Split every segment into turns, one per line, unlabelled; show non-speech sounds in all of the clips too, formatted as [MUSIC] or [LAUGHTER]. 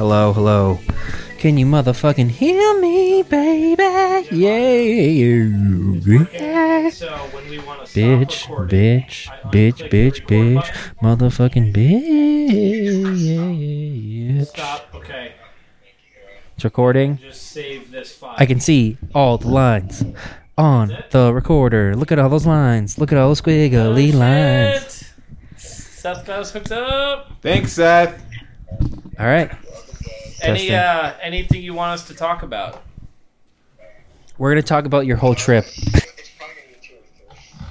Hello, hello. Can you motherfucking hear me, baby? Yeah. yeah.
So when we want to stop
Bitch,
recording,
bitch,
I
bitch,
unclick the
bitch,
record
bitch,
button.
motherfucking bitch.
Stop. Okay.
It's recording.
Just save this file.
I can see all the lines on the recorder. Look at all those lines. Look at all those
Oh,
squiggly
shit.
lines.
Seth got us hooked up.
Thanks, Seth.
All right.
Any
Testing.
uh, anything you want us to talk about?
We're going to talk about your whole trip.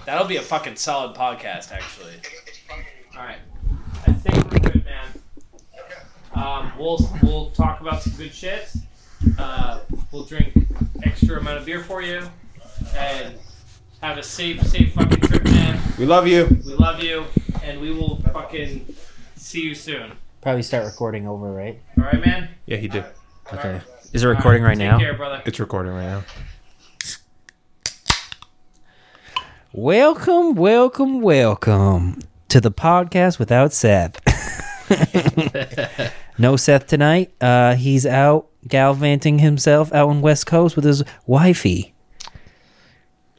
That'll be a fucking solid podcast, actually. All right. I think we're good, man. Um, we'll we'll talk about some good shit. Uh, we'll drink extra amount of beer for you, and have a safe, safe fucking trip, man.
We love you.
We love you, and we will fucking see you soon.
Probably start recording over, right?
All right, man.
Yeah, he did.
Okay. Is it recording right
Take
now?
care,
[LAUGHS]
brother.
It's recording right now.
Welcome, welcome, welcome to the podcast without Seth. [LAUGHS] no Seth tonight. Uh, he's out gallivanting himself out on West Coast with his wifey.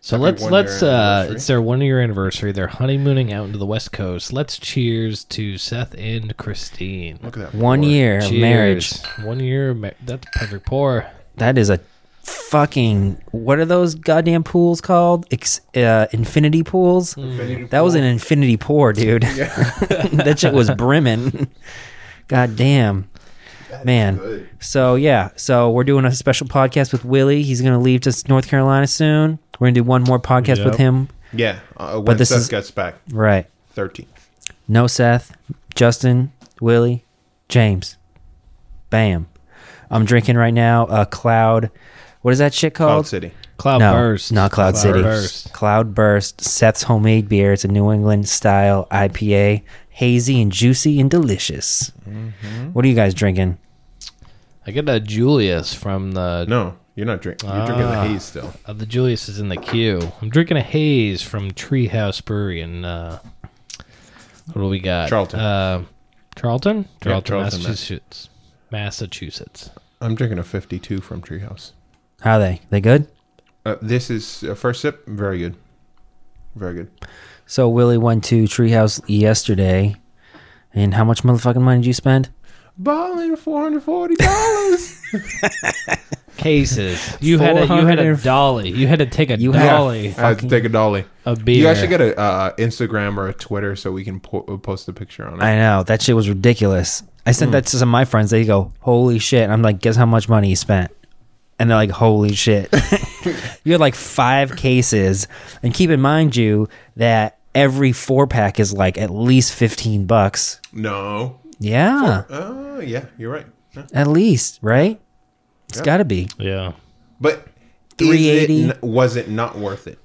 So
Happy
let's
one
let's
year
uh
anniversary.
it's their one year anniversary. They're honeymooning out into the West Coast. Let's cheers to Seth and Christine.
Look at that.
One
pour.
year of
Cheers.
marriage.
One year of ma- that's perfect pour.
That is a fucking. What are those goddamn pools called? Ex, uh, infinity pools. that was an infinity pour, dude. [LAUGHS] that shit was brimming. God damn, man.
good.
So yeah, so we're doing a special podcast with Willie. He's gonna leave to North Carolina soon. We're gonna do one more podcast with
Yep.
him.
Yeah, uh, when
this
Seth
is-
gets back,
Right.
thirteen.
No Seth, Justin, Willie, James. Bam. I'm drinking right now a cloud. What is that shit
Cloud
called?
City.
Cloud
no,
burst.
Not Cloud, City.
Burst.
Cloud Burst, Seth's homemade beer. It's a New England style IPA, hazy and juicy and delicious.
Mm-hmm.
What are you guys drinking?
I get a Julius from the
No, you're not drinking. You're drinking the
Ah.
haze still.
uh, the Julius is in the queue. I'm drinking a haze from Treehouse Brewery and uh what do we got?
Charlton.
Uh, Charlton?
Yeah,
Charlton,
Charlton,
Massachusetts. Massachusetts.
I'm drinking a 52 from Treehouse.
How are they? They good?
Uh, this is uh, first sip. Very good. Very good.
So Willie went to Treehouse yesterday, and how much motherfucking money did you spend?
Balling four hundred forty dollars.
Cases. You had a you had a
400
dolly. You had to take a
You had-
dolly
I had to take a dolly.
of beer.
You actually get a uh, Instagram or a Twitter so we can po- uh, post the picture on it.
I know that shit was ridiculous. I sent that to some of my friends. They go, "Holy shit!" And I'm like, "Guess how much money you spent?" And they're like, "Holy shit!" [LAUGHS] you had like five cases, and keep in mind you that every four pack is like at least fifteen bucks.
no.
Yeah,
Oh yeah, you're right. Yeah.
at least right. It's got to be.
Yeah.
But three
380.
eighty was it not worth it?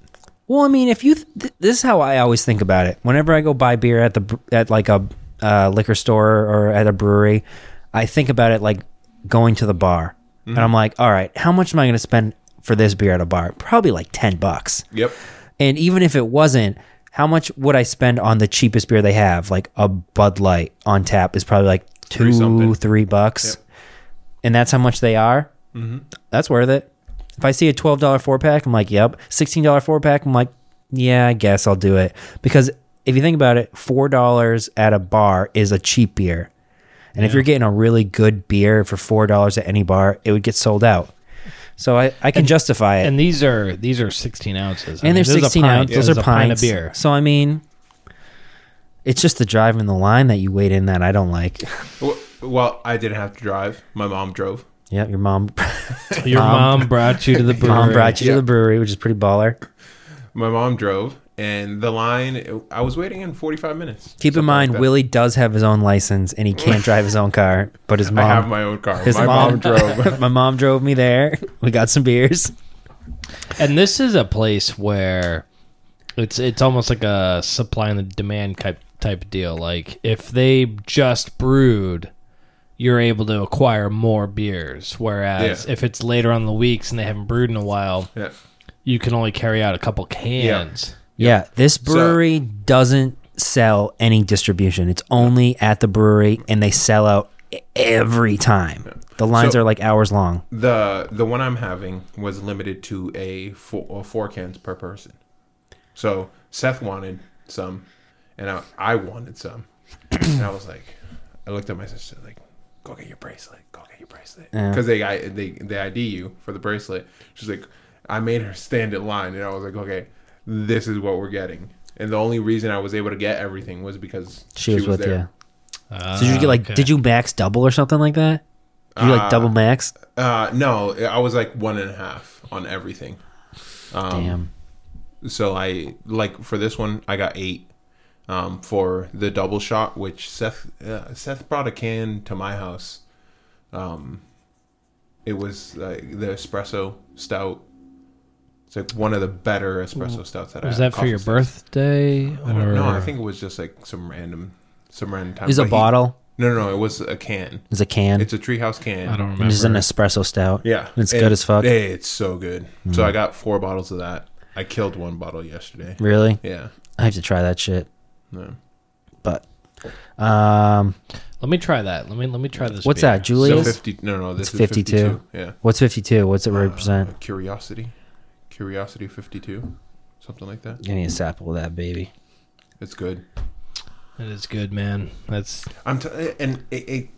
Well, I mean, if you th- th- this is how I always think about it. Whenever I go buy beer at the br- at like a uh, liquor store or at a brewery, I think about it like going to the bar, and I'm like, all right, how much am I going to spend for this beer at a bar? Probably like ten bucks.
Yep.
And even if it wasn't, how much would I spend on the cheapest beer they have? Like a Bud Light on tap is probably like two,
something.
three, bucks. And that's how much they are. Mm-hmm. That's worth it. If I see a $12 four pack, I'm like, yep. $16 four pack, I'm like, yeah, I guess I'll do it. Because if you think about it, $4 at a bar is a cheap beer. And if you're getting a really good beer for $4 at any bar, it would get sold out. So I, I can justify it
And these are these are 16 ounces. I
and
mean,
they're
this is a
16
pint.
ounce.
This
Those
is
are
a pint of
pints. [LAUGHS]
beer.
So I mean, it's just the drive and the line that you wait in that I don't like.
W- Well, I didn't have to drive. My mom drove.
yeah, your
[LAUGHS]
mom,
Your
[LAUGHS]
mom, brought you to the brewery.
mom brought you to
Yeah.
the brewery, which is pretty baller.
My mom drove, and the line. I was waiting in forty five minutes.
Keep in
Something
mind,
like that.
Willie does have his own license and he can't drive his own car, but his mom.
I have my own car.
his
my
[LAUGHS]
mom, drove.
my mom drove me there. [LAUGHS] We got some beers.
And this is a place where it's it's almost like a supply and the demand type type of deal. Like if they just brewed, you're able to acquire more beers. Whereas
Yeah.
if it's later on in the weeks and they haven't brewed in a while,
yeah.
you can only carry out a couple cans.
Yeah, this brewery doesn't sell any distribution. It's only at the brewery, and they sell out e-, every time. The lines
So-
are like hours long.
The the one I'm having was limited to a four, or four cans per person. So Seth wanted some, and I, I wanted some, and I was like, I looked at my sister like, go get your bracelet, go get your bracelet, because they I, they they ID you for the bracelet. She's like, I made her stand in line, and I was like, okay, this is what we're getting. And the only reason I was able to get everything was because
She, was, with
there.
you. So did you
Oh, Ah,
get like did you max double or something like that? Did you like
Uh,
double max?
Uh, no, I was like one and a half on everything.
Damn.
So I like for this one I got eight. Um, for the double shot, which Seth uh, Seth brought a can to my house. Um, it was uh, the espresso stout. It's like one of the better espresso stouts that I
Mm. Was
had,
that for your
coffee stouts.
birthday? Or...
I don't know. I think it was just like some random, some random time.
It was a
But he-
bottle.
no, no, no. It was a can.
It was a can.
It's a treehouse can.
I don't remember.
It was an espresso stout.
Yeah,
It's
It-
good as fuck. Mm.
Hey, it's so good. So I got four bottles of that. I killed one bottle yesterday.
Really?
Yeah.
I have to try that shit.
No.
But um
Let me try that. Let me let me try this.
what's
beer.
that?
So
Julius?
fifty? No, no. This
It's
is
52.
fifty-two. Yeah.
What's 52? What's it
Uh,
represent?
curiosity, curiosity fifty-two, something like that.
Give me a sample of that, baby.
It's good.
That is good, man. That's
I'm t- and it, it.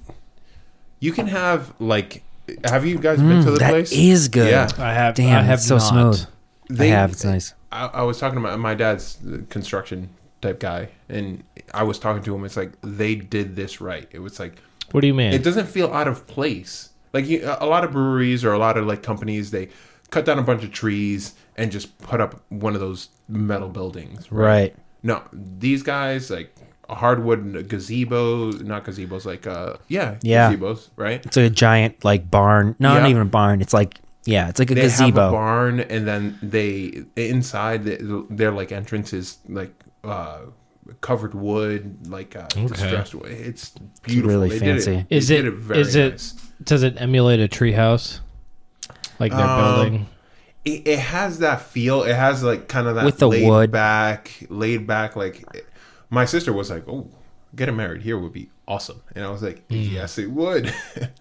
You can have like. Have you guys been to the
Hmm, That
place?
is good.
Yeah.
I have.
Damn,
I have
it's so
not.
smooth.
They-
I have. It's nice.
I, I was talking about my dad's the construction type guy, and I was talking to him. It's like they did this right. It was like
What do you mean?
it doesn't feel out of place. Like you, a lot of breweries or a lot of like companies, they cut down a bunch of trees and just put up one of those metal buildings.
Right.
No, these guys like a hardwood gazebo, not gazebos, like uh, yeah,
Yeah.
gazebos, right?
It's a giant like barn. No,
Yeah.
not even a barn. It's like yeah, it's like a
They have a
gazebo.
barn, and then they inside the, their like entrance is like uh, covered wood, like uh, distressed wood. It's beautiful.
really
they Did
fancy.
it, they
Is it-
did it very
is it-
nice.
Does it emulate a treehouse? Like their
Um,
building?
it, it has that feel. It has like kind of that
With the
laid
wood.
back, laid back. Like my sister was like, "Oh, getting married here would be awesome," and I was like,
Mm.
"Yes, it would," [LAUGHS]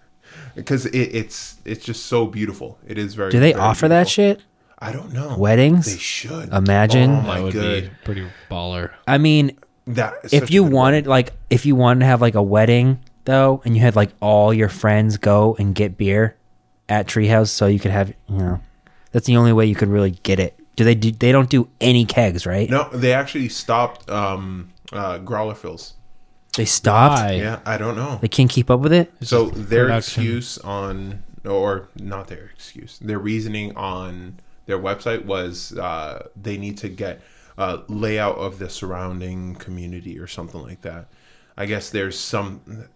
because it, it's it's just so beautiful. It is very.
Do they
very
offer that
beautiful.
shit?
I don't know.
Weddings?
They should
Imagine.
Oh
that
my
would
god.
be pretty baller.
I mean,
That is such
if
a
you
good
wanted like if you wanted to have like a wedding though, and you had like all your friends go and get beer at Treehouse, so you could have you know, that's the only way you could really get it. Do they do? They don't do any kegs, right?
one. No, they actually stopped um uh Growlerfills.
They stopped.
Why?
Yeah, I don't know.
They can't keep up with it.
So their
production.
excuse on, or not their excuse, their reasoning on their website was uh, they need to get a layout of the surrounding community or something like that. I guess there's some.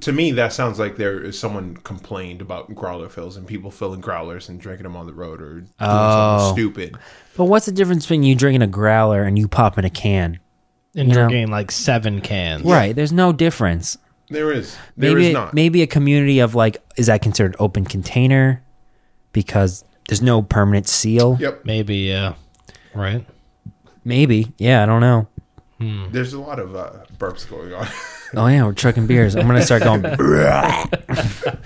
To me, that sounds like there is someone complained about growler fills and people filling growlers and drinking them on the road or doing
Oh.
something stupid.
But what's the difference between you drinking a growler and you popping a can?
And
You know.
drinking like seven cans.
Right. There's no difference.
There is. There is
maybe,
not.
Maybe a community of like, is that considered open container? Because there's no permanent seal.
Yep.
Maybe, yeah. Right?
Maybe. Yeah, I don't know.
There's a lot of uh, burps going on. [LAUGHS]
Oh yeah, we're trucking beers. I'm gonna start going. [LAUGHS]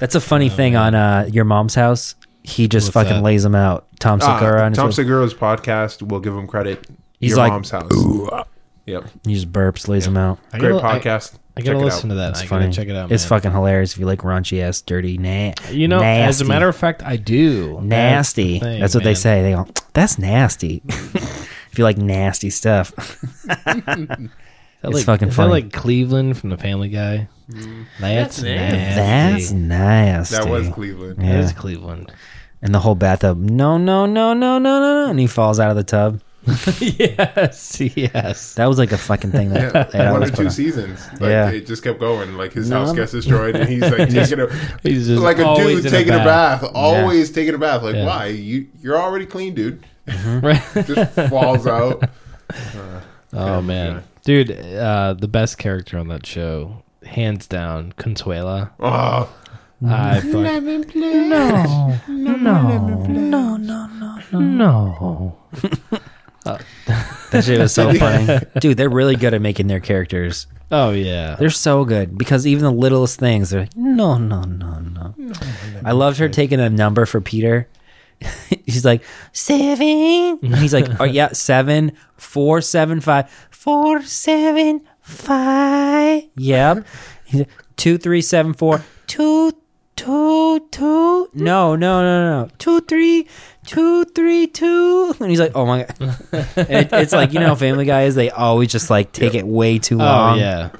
That's a funny thing on uh, your mom's house. He just
Oh, What's
fucking
that?
lays them out. Tom Segura.
Ah,
and
Tom
Tom
Segura's podcast. We'll give him credit.
He's
Your
like,
mom's house. Yep.
he just burps, lays them out.
I
Great
gotta- I-
podcast.
I, gotta
Check it
listen
out.
to that.
It's
I
funny.
gotta check it out.
It's
man.
fucking hilarish if you like raunchy ass, dirty, na-
You know, as a
nasty-
matter of fact, I do.
nasty.
the thing,
That's what
man.
they say. They go, that's nasty. [LAUGHS] if you like nasty stuff,
Is that
It's
like,
fucking
is
funny.
That like Cleveland from the Family Guy.
Mm.
That's,
That's nasty.
nasty.
that's nasty.
That was Cleveland.
That
Yeah.
is Cleveland.
and the whole bathtub. No, no, no, no, no, no, no. And he falls out of the tub.
yes, yes.
That was like a fucking thing
[LAUGHS]
that, [LAUGHS] that I
One or
was put
two
on.
seasons. Like,
Yeah.
It just kept going. Like his
No.
house gets destroyed, and he's
[LAUGHS]
like taking a
He's just
like a
always
dude
in
taking a bath. Always taking a bath. Like
Yeah.
why? You you're already clean, dude.
Right?
[LAUGHS] Just falls out.
[LAUGHS] Oh man, dude, uh, the best character on that show, hands down, Consuela.
Oh,
I fuck,
No, no, no, no, no, no, no.
no.
That shit was so funny. Dude, they're really good at making their characters.
Oh yeah.
They're so good because even the littlest things, they're like, no, no, no, no. I loved her taking a number for Peter. [LAUGHS] She's like, seven. And he's like, oh, yeah, seven, four, seven, five, four, seven, five. Yep. He's like, two, three, seven, four, two, two, two. No, no, no, no. Two, three, two, three, two. And he's like, oh my God. [LAUGHS] It, it's like, you know how Family Guy is? They always just like take it way too long.
Oh yeah.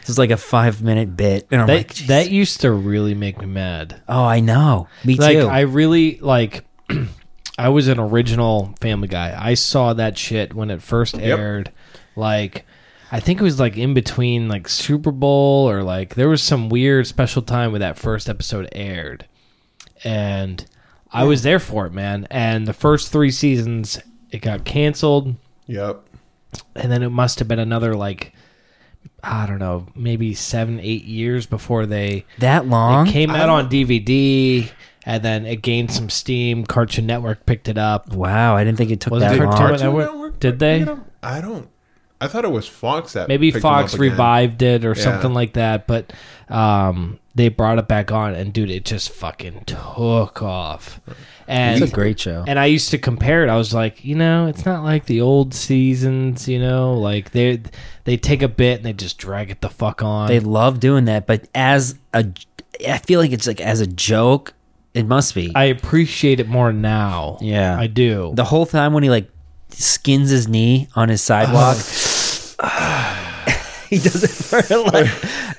It was like a five minute bit, and I'm
That
like, "Jeez."
that used to really make me mad.
oh, I know, me
Like
too.
I really like [CLEARS THROAT] I was an original Family Guy. I saw that shit when it first aired. Like I think it was like in between like Super Bowl or like there was some weird special time when that first episode aired. And I was there for it, man. And the first 3 seasons it got canceled.
Yep.
and then it must have been another like I don't know, maybe seven, eight years before they
that long?
it came out on DVD, and then it gained some steam. Cartoon Network picked it up.
wow, I didn't think it took
Was it
that
Cartoon
long.
Network? Did they?
I don't. I thought it was Fox that
Maybe
picked them
Fox
up again.
revived it or
Yeah.
something like that, but um, they brought it back on, and dude, it just fucking took off. And
It's a great show.
And I used to compare it. I was like, you know, it's not like the old seasons. You know, like they they take a bit and they just drag it the fuck on.
They love doing that, but as a, I feel like it's like as a joke, it must be.
I appreciate it more now.
Yeah.
I do.
the whole time when he like skins his knee on his sidewalk.
[SIGHS]
[SIGHS] He does it for like,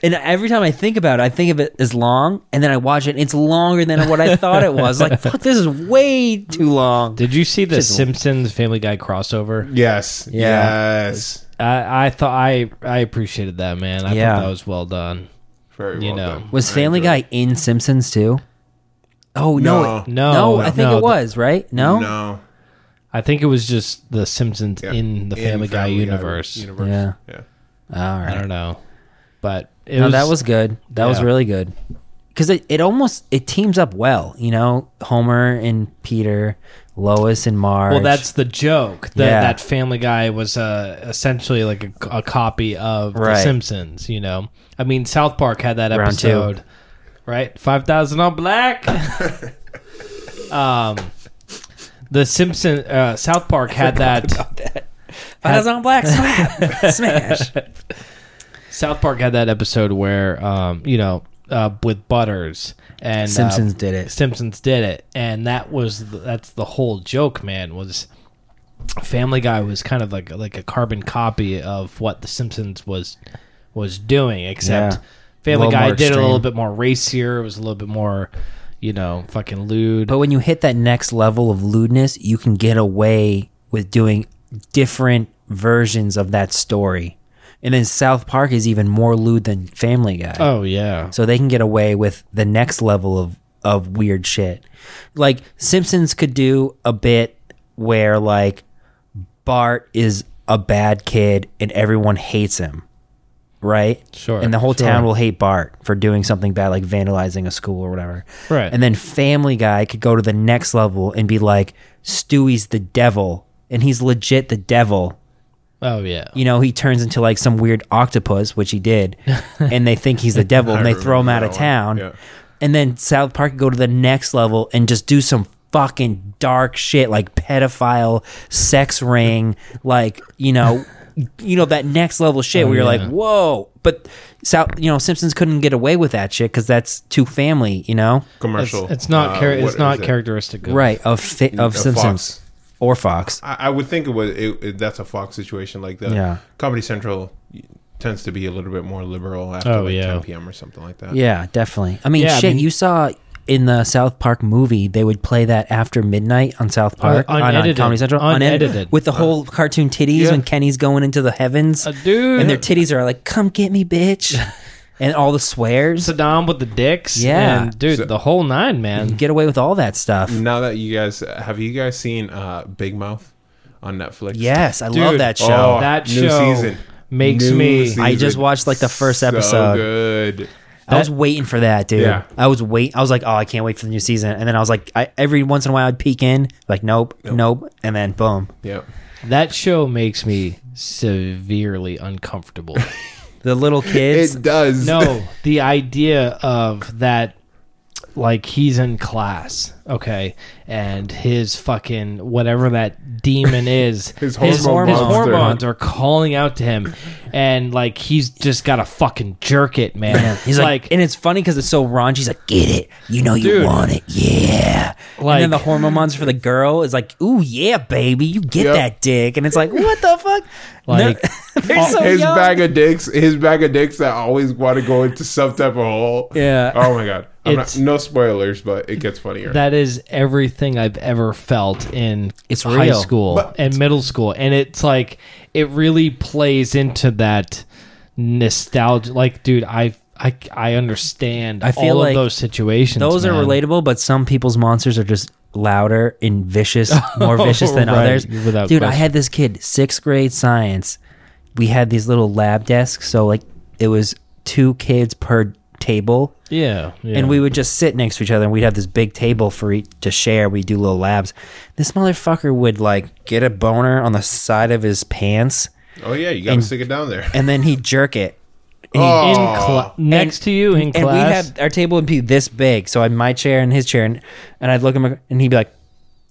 and every time I think about it, I think of it as long, and then I watch it. And it's longer than what I thought it was.
[LAUGHS]
Like, fuck, this is way too long.
Did you see the
Just-
Simpsons Family Guy crossover?
Yes.
Yeah.
Yes.
I, I thought I I appreciated that man. I
Yeah.
thought that was well done.
Very well
You know.
done.
Was
I
Family
enjoyed
Guy in Simpsons too? Oh no,
No.
it-
No,
I think
no,
it was right.
it.
No,
No.
I think it was just the Simpsons
Yeah.
in the
In
Family, Guy universe.
universe.
Yeah.
Yeah.
all
I
right.
don't know, but it
No, that was good. That was
yeah.
really good because it, it almost it teams up well. You know, Homer and Peter, Lois and Marge.
Well, that's the joke. That
Yeah.
that Family Guy was uh, essentially like a, a copy of The
Right.
Simpsons. You know, I mean, South Park had that
Round two.
episode, right? Five thousand on black. um, the Simpson uh, South Park had that.
Eyes on Black [LAUGHS] Slap Smash.
South Park had that episode where um, you know, uh, with Butters and uh,
Simpsons did it.
Simpsons did it, and that was the, that's the whole joke, man. Was Family Guy was kind of like like a carbon copy of what the Simpsons was was doing, except
Yeah.
Family
little
Guy
more
did it a little
extreme.
bit more racier. It was a little bit more, you know, fucking lewd.
But when you hit that next level of lewdness, you can get away with doing different versions of that story. And then South Park is even more lewd than Family Guy.
oh yeah,
so they can get away with the next level of of weird shit. Like Simpsons could do a bit where like Bart is a bad kid and everyone hates him, right?
Sure,
And the whole
sure.
town will hate Bart for doing something bad, like vandalizing a school or whatever.
Right.
And then Family Guy could go to the next level and be like, Stewie's the devil, and he's legit the devil
oh yeah.
you know, he turns into like some weird octopus, which he
[LAUGHS]
did, and they think he's the devil and they throw him out
remember
of
that
town.
one. Yeah.
And then South Park go to the next level and just do some fucking dark shit like pedophile sex ring, like, you know, [LAUGHS] you know that next level
Oh,
shit where you're
yeah.
like, "Whoa." But South, you know, Simpsons couldn't get away with that shit cuz that's too family, you know?
It's,
Commercial.
it's not
uh,
char-
what
it's
is
not
it?
characteristic of
Right, of fi- of
Of
Simpsons
Fox.
or Fox.
I, I would think it was it, it- that's a Fox situation. Like the
Yeah.
Comedy Central tends to be a little bit more liberal after
Oh,
like
yeah.
10 p.m. or something like that.
Yeah, definitely. I mean,
Yeah, I
shit,
mean-
you saw in the South Park movie, they would play that after midnight on South Park on-
Oh, unedited.
on Comedy Central,
Unedited.
with the whole cartoon titties when Kenny's going into the heavens,
Uh, dude.
and their titties are like, "Come get me, bitch,"
[LAUGHS]
and all the swears.
Saddam with the dicks.
Yeah.
and, dude,
So-
the whole nine, man.
Get away with all that stuff.
Mm.
Now that you guys have you guys seen uh, Big Mouth on Netflix?
Yes, I
Dude.
love that show.
Oh,
that
new
show
season.
makes
New
me.
season.
I just watched, like, the first episode.
So good.
I was waiting for that, dude.
Yeah.
I was wait. I was like, "Oh, I can't wait for the new season." And then I was like, I, every once in a while, I'd peek in, like, "Nope, nope," and then boom.
Yep.
That show makes me
[LAUGHS]
severely uncomfortable.
The
[LAUGHS]
little kids.
it does.
No, the idea of that, like he's in class, okay, and his fucking whatever
[LAUGHS]
that demon is,
His
his,
hormone
his
monster.
hormones are calling out to him, and like he's just got to fucking jerk it, man.
[LAUGHS]
He's like, and it's funny because it's so raunchy. He's like, get it. You know you
Dude.
want it. Yeah. and
Like-
then the hormone monster for the girl is like, ooh, yeah, baby. You get
Yep.
that dick. And it's like, what the fuck?
Like-
they're, [LAUGHS] they're so
his
young.
bag of dicks, his bag of dicks that always want to go into some type of hole.
Yeah.
Oh my god. I'm not,
It's-
no spoilers, but it gets funnier.
That is everything I've ever felt in
It's
high
real.
school
But-
and middle school, and it's like it really plays into that nostalgia. Like, dude, I I, I understand.
I feel
all
like
of those situations.
Those are
man.
relatable, but some people's monsters are just louder and vicious,
[LAUGHS]
more vicious than
Right,
others.
without
Dude, I
question.
had this kid, sixth grade science. We had these little lab desks. So, like, it was two kids per table.
Yeah, yeah.
and we would just sit next to each other and we'd have this big table for each to share we'd do little labs this motherfucker would like get a boner on the side of his pants
oh yeah, you gotta
And-
stick it down there.
and then he'd jerk it
in
oh,
cla- next to you in
and we'd
class.
have our table would be this big so i'd my chair and his chair and, and i'd look at him and he'd be like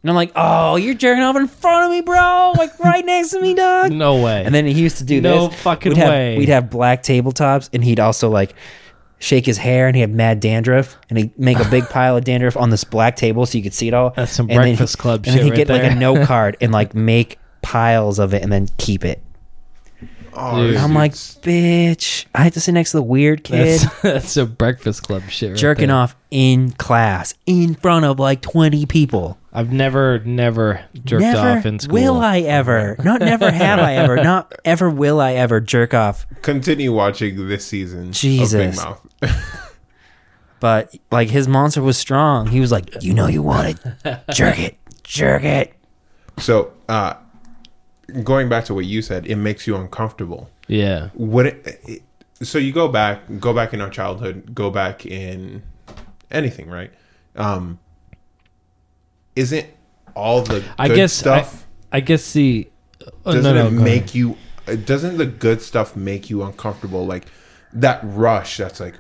and i'm like oh you're jerking off in front of me bro like right next to me dog
no way.
and then he used to do
No
this.
fucking
we'd have,
way.
We'd have black tabletops, and he'd also like shake his hair, and he had mad dandruff, and he'd make a big pile of dandruff on this black table so you could see it all.
That's some
And then he-
Breakfast Club
And then
shit
he'd
right
get like a
there. [LAUGHS]
note card and like make piles of it, and then keep it.
oh,
Dude.
this
I'm like,
dude's-
bitch, I had to sit next to the weird kid.
that's, [LAUGHS] that's a Breakfast Club shit. right
Jerking
there.
off in class in front of like 20 people.
I've never, never jerked
never
off in school.
will I ever. Not never have I ever. Not ever will I ever jerk off
continue watching this season. Of Big
Jesus.
Mouth.
but like his monster was strong. He was like, you know, you want it, jerk it, jerk it.
so, uh, going back to what you said, it makes you uncomfortable.
Yeah.
What? It, it, so you go back, go back in our childhood, go back in anything, right? Um, isn't all the
I
good
guess
stuff?
I, I guess the oh,
doesn't
no, no,
it
go ahead.
make you uh, doesn't the good stuff make you uncomfortable like that rush that's like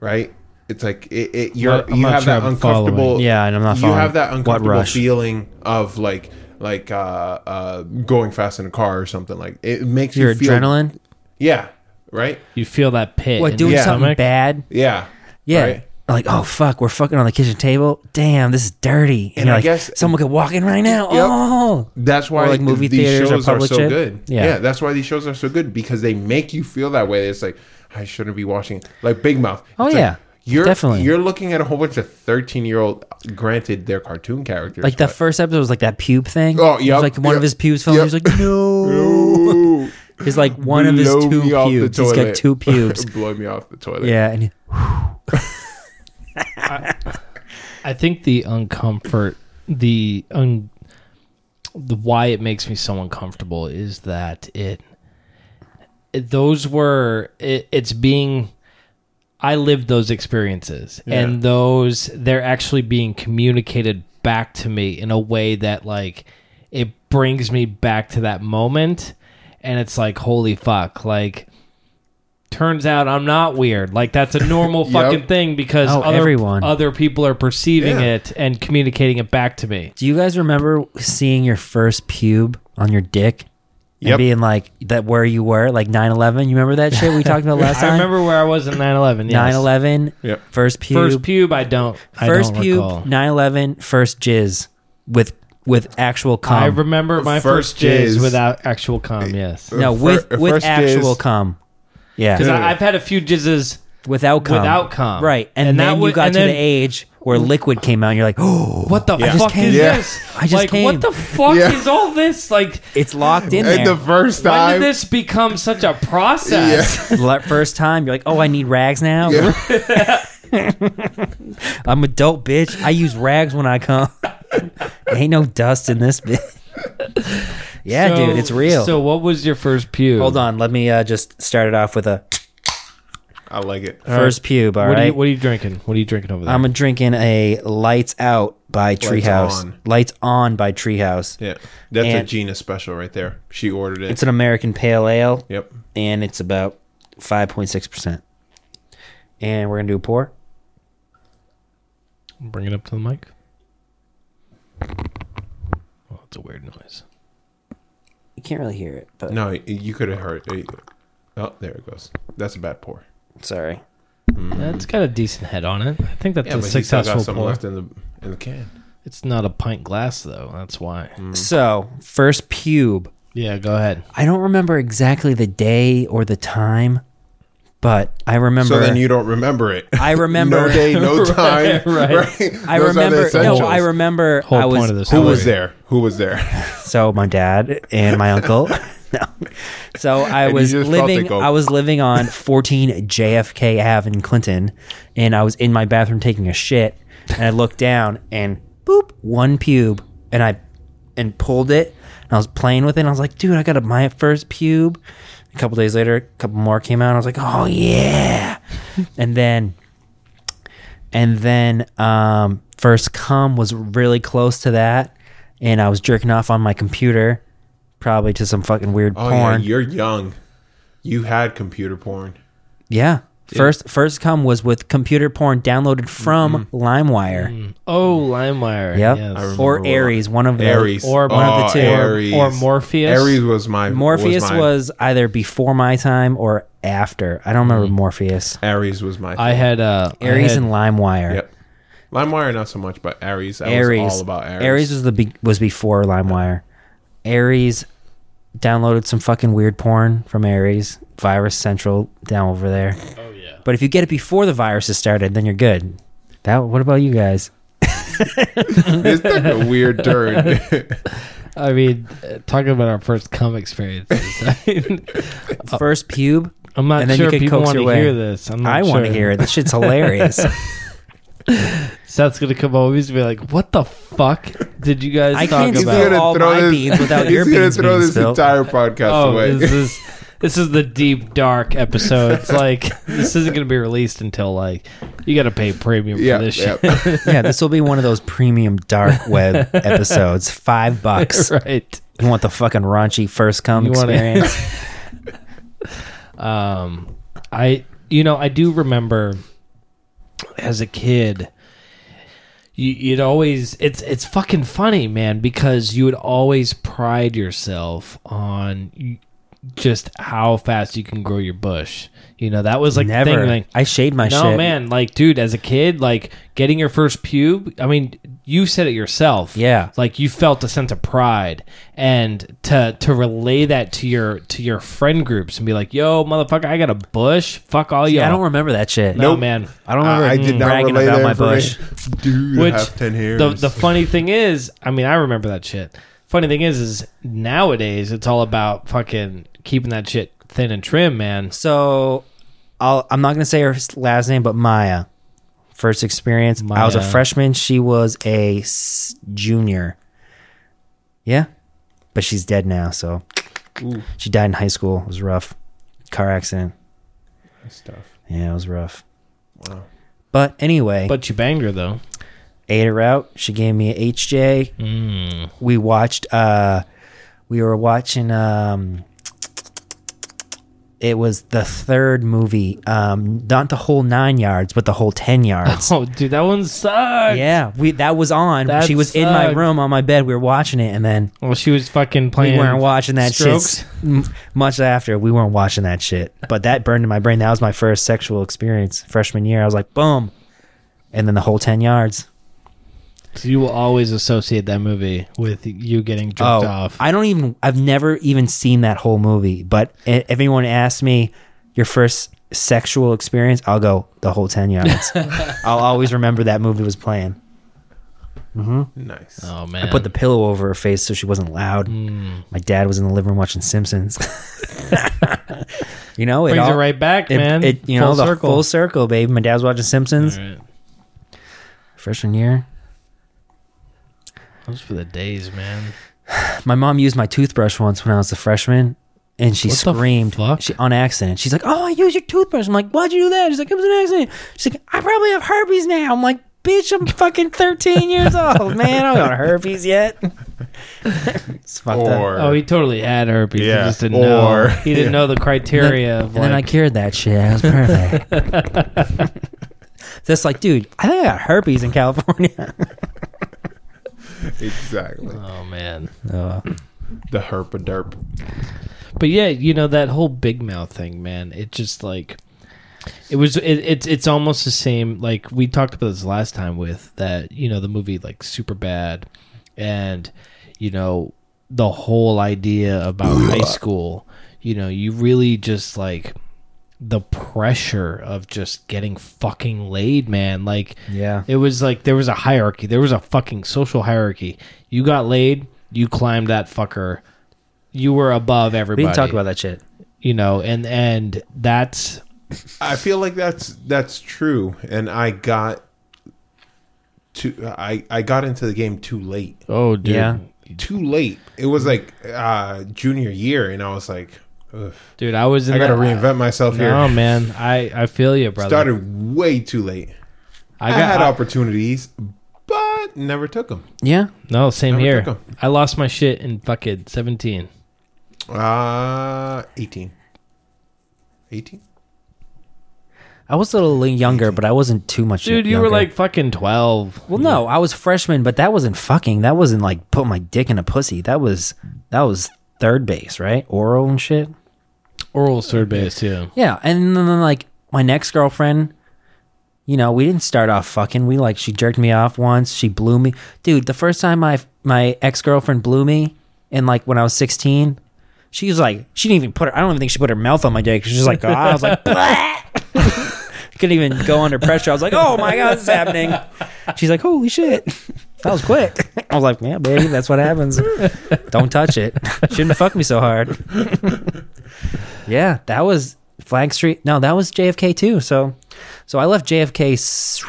right it's like it, it you're
Not- I'm
you
not
have
sure
that
I'm
uncomfortable
following.
Yeah, and I'm not
you
following.
have that
What
uncomfortable
rush?
feeling of like like uh uh going fast in a car or something like it makes
Your
you feel
adrenaline.
yeah right
You feel that pit.
What
in
doing
your
Yeah.
something
stomach?
bad?
yeah
Yeah.
right?
Like oh fuck, we're fucking on the kitchen table. Damn, this is dirty. And,
And
you're
I
like,
guess-
someone could walk in right now.
Yep.
Oh,
That's why
Or, like, movie
these
theaters or
shows are
public
so
shit.
good.
Yeah.
Yeah. that's why these shows are so good because they make you feel that way. It's like I shouldn't be watching it. Like Big Mouth.
Oh,
It's like,
yeah.
you're
Definitely.
you're looking at a whole bunch of thirteen year old. Granted, they're cartoon characters.
like the
but-
first episode was like that pube thing.
Oh,
It was,
yep,
Like one of
yep,
his pubes fell. out. He was
yep.
like no.
Ooh.
He's like [LAUGHS] one of his
Blow
two
me off the
pubes. He's got
toilet. [LAUGHS]
two pubes.
Blow me off the toilet.
yeah, and he-
I think the uncomfort, the un, the why it makes me so uncomfortable is that it, it- those were it, it's being. I lived those experiences, and those they're actually being communicated back to me in a way that like it brings me back to that moment, and it's like holy fuck, like. Turns out I'm not weird. Like that's a normal
Yep.
fucking thing because
Oh,
other,
everyone.
other people are perceiving
Yeah.
it and communicating it back to me.
do you guys remember seeing your first pube on your dick? And
Yep.
being like that where you were, like 9-11. You remember that shit we talked
[LAUGHS]
about last time?
I remember where I was in 9/11. Yes.
9-11,
Yep.
first pube.
First pube, I don't.
first
I don't
pube,
recall.
9-11, first jizz with with actual cum.
I remember my
First
first jizz
jizz.
without actual cum. Yes,
no,
Fir-
uh,
with with
first jizz.
actual cum.
because
Yeah.
Dude.
I've had a few jizzes.
Without cum.
Without cum.
Right. And,
And that
then you
would-
got to
and then-
the age where liquid came out and you're like, "Oh,
[GASPS] What the
I just
fuck
came.
is
Yeah.
this?
I just
like,
came.
what the fuck
Yeah.
is all this? Like,
it's locked in
And
there."
the first
when
time,
did this become such a process?
Le- first time you're [LAUGHS] like, "Oh, I need rags now."
Yeah.
[LAUGHS] I'm adult, bitch. I use rags when I [LAUGHS] come. Ain't no dust in this bitch. yeah,
So-
dude, it's real.
So, what was your first pube?
Hold on, let me uh, just start it off with a.
I like it.
First pube, all
What are you
right?
What are you drinking? What are you drinking over there?
I'm drinking a Lights Out by Treehouse.
On.
Lights on, by Treehouse.
Yeah, that's a
And-
Gina special right there. She ordered it.
It's an American Pale Ale,
yep.
and it's about 5.6%. And we're going to do a pour.
Bring it up to the mic. Oh, it's a weird noise.
You can't really hear it, but
No, y- you could have heard. It. Oh, there it goes. That's a bad pour.
sorry. Mm.
That's got a decent head on it. I think that's
Yeah,
a
but he still got
successful
some
pour.
left in the in the can.
It's not a pint glass though. That's why.
Mm. So, first pube.
Yeah, go ahead.
I don't remember exactly the day or the time, but I remember.
So then you don't remember it.
I remember. [LAUGHS]
[LAUGHS] no day, no
Right,
time.
right.
I
Those are the
remember. No,
essentials.
I remember.
Whole
I was,
point of this
who
Who
story.
was
was there? Who
[LAUGHS]
was there?
so my dad and my uncle. [LAUGHS] no. So I
And you
was
just felt it
living
go-
I was living on 14 JFK Ave in Clinton and I was in my bathroom taking a shit and I looked down and boop one pube and I and pulled it and I was playing with it and I was like dude I got a, my first pube. A couple days later a couple more came out and I was like oh yeah. and then and then um, first come was really close to that, and I was jerking off on my computer, probably to some fucking weird
Oh yeah,
porn. Yeah,
you're young. You had computer porn.
first first come was with computer porn downloaded from LimeWire,
Oh, LimeWire.
Yep.
Mm-hmm. I
Yes.
remember
or
what-
Aries, one of the
Aries Oh,
or one
of the two. Or-
Aries.
or Morpheus.
Aries was my
Morpheus
mine.
was, either before my time or after. I don't
Mm-hmm.
remember Morpheus.
Aries was my
I had uh I
Aries
had-
and LimeWire.
Yep. LimeWire not so much, but Aries. I
Aries.
was all about Aries. [LAUGHS]
was [LAUGHS] the be- was before LimeWire. Aries downloaded some fucking weird porn from Aries Virus Central down over there.
Oh yeah.
But if you get it before the virus has started, then you're good. That. What about you guys?
this took a weird turn. [LAUGHS]
I mean, uh, talking about our first cum experiences. [LAUGHS] I mean,
Uh,
First pube.
I'm not
And then you
sure
can
people
coax
want
your
to
way.
hear this. I'm not
I want to
sure.
hear it. This shit's
[LAUGHS]
hilarious.
Seth's gonna come over and be like, "What the fuck did you guys
I
talk
can't
he's
spill
about?"
gonna
all
throw
my
this,
beans without your
[LAUGHS] he's gonna
beans
throw
being
this
spilt.
entire podcast
Oh,
away.
this is this is the deep dark episode. It's like this isn't gonna be released until like you got to pay premium
[LAUGHS] yeah,
for this
yeah.
shit, [LAUGHS]
yeah, this will be one of those premium dark web episodes. Five
[LAUGHS]
bucks.
[LAUGHS] right?
You want the fucking raunchy first come
You want it.
[LAUGHS]
experience?
Um, I you know I do remember as a kid. You, you'd always it's it's fucking funny man because you would always pride yourself on y- just how fast you can grow your bush you know that was like the
Never.
thing, like
I shade my
no
shit.
man like dude as a kid like getting your first pube i mean you said it yourself
Yeah.
like you felt a sense of pride and to to relay that to your to your friend groups and be like yo motherfucker i got a bush fuck all you
I don't remember that shit.
no
Nope.
Oh, man
I don't remember
I, I did not
bragging
relay
about
that
my bush.
information. Dude,
Which,
Which, have ten hairs.
the, the funny thing is i mean i remember that shit funny thing is is nowadays it's all about fucking keeping that shit thin and trim man
So I'll, I'm not going to say her last name, but Maya. First experience. I was a
Maya.
freshman. She was a s- junior. Yeah. But she's dead now. So
Ooh.
she died in high school. It was rough. Car accident.
stuff.
Yeah, it was rough.
Wow.
But anyway,
but you banged her though
ate her out. She gave me a HJ.
mm.
We watched, uh, we were watching, um, it was the third movie, um, not the whole nine yards, but the whole 10 yards.
[LAUGHS] oh dude that one sucks
Yeah, we that was on.
That
she was in my
sucked.
room on my bed. We were watching it, and then
Well, she was fucking playing.
we weren't watching that
strokes.
shit s- m- much after. We weren't watching that shit, but that burned in my brain. That was my first sexual experience freshman year. I was like, boom, and then the whole ten yards.
So you will always associate that movie with you getting jerked off.
Oh, I don't even. I've never even seen that whole movie. But i- if anyone asks me your first sexual experience, I'll go the whole ten
[LAUGHS]
yards. I'll always remember that movie was playing.
Nice.
oh man,
Put the pillow over her face so she wasn't loud.
Hmm.
My dad was in the living room watching
[LAUGHS]
Simpsons. you know, it,
brings
all,
it right back,
it-
man.
it- you know, the full circle, baby. My dad was watching Simpsons
All right.
freshman year.
Those were the days, man.
My mom used my toothbrush once when I was a freshman, and she
What the
screamed
fuck?
She, on accident. She's like, "Oh, I used your toothbrush." I'm like, "Why'd you do that?" She's like, "It was an accident." She's like, "I probably have herpes now." I'm like, "Bitch,
[LAUGHS]
I'm fucking 13 years old, man. I don't got herpes
[LAUGHS]
yet." it's fucked up.
Or
Oh, he totally had herpes.
Yeah.
He just didn't
Or-
know. He didn't
Yeah.
know the criteria of
And then I
like.
cured that shit. I was perfect.
[LAUGHS]
That's like, dude, I think I got herpes in California.
exactly
[LAUGHS] oh man.
the herp a derp.
But yeah, you know that whole big mouth thing, man. It just like it was. It, it's it's almost the same. Like we talked about this last time with that. You know the movie like super bad, and you know the whole idea about high school. You know you really just like the pressure of just getting fucking laid, man. Like
yeah.
it was like there was a hierarchy. There was a fucking social hierarchy. You got laid, you climbed that fucker. You were above everybody.
We didn't talk about that shit.
You know, and and that's
I feel like that's that's true, and I got to I I got into the game too late.
oh dude.
Yeah.
Too late. It was like uh junior year, and I was like, Ugh,
Dude, I was in
I got to
that-
reinvent myself here.
No, man. I I feel you, brother.
Started way too late.
I
I,
got
had
I-
opportunities, but never took them.
Yeah.
No, same
Never
here.
took 'em.
I lost my shit in fucking 17.
Uh, 18. 18?
I was a little younger, but I wasn't too much.
Dude, you were
younger.
like fucking 12.
well, no, I was freshman, but that wasn't fucking. That wasn't like putting my dick in a pussy. That was that was third base, right? Oral and shit.
Oral third base, too.
Yeah, and then like my next girlfriend, you know, we didn't start off fucking. We like she jerked me off once. She blew me, dude. The first time my my ex girlfriend blew me, and like when I was sixteen, she was like she didn't even put her. I don't even think she put her mouth on my dick. She was just like, "Ah," I was like, "Bleh." [LAUGHS] couldn't even go under pressure. I was like, oh my god, this is happening. She's like, holy shit. That was quick. I was like, yeah, baby, that's what happens. Don't touch it. Shouldn't fuck me so hard. Yeah, that was Flag Street. No, that was JFK too. So, so I left JFK s-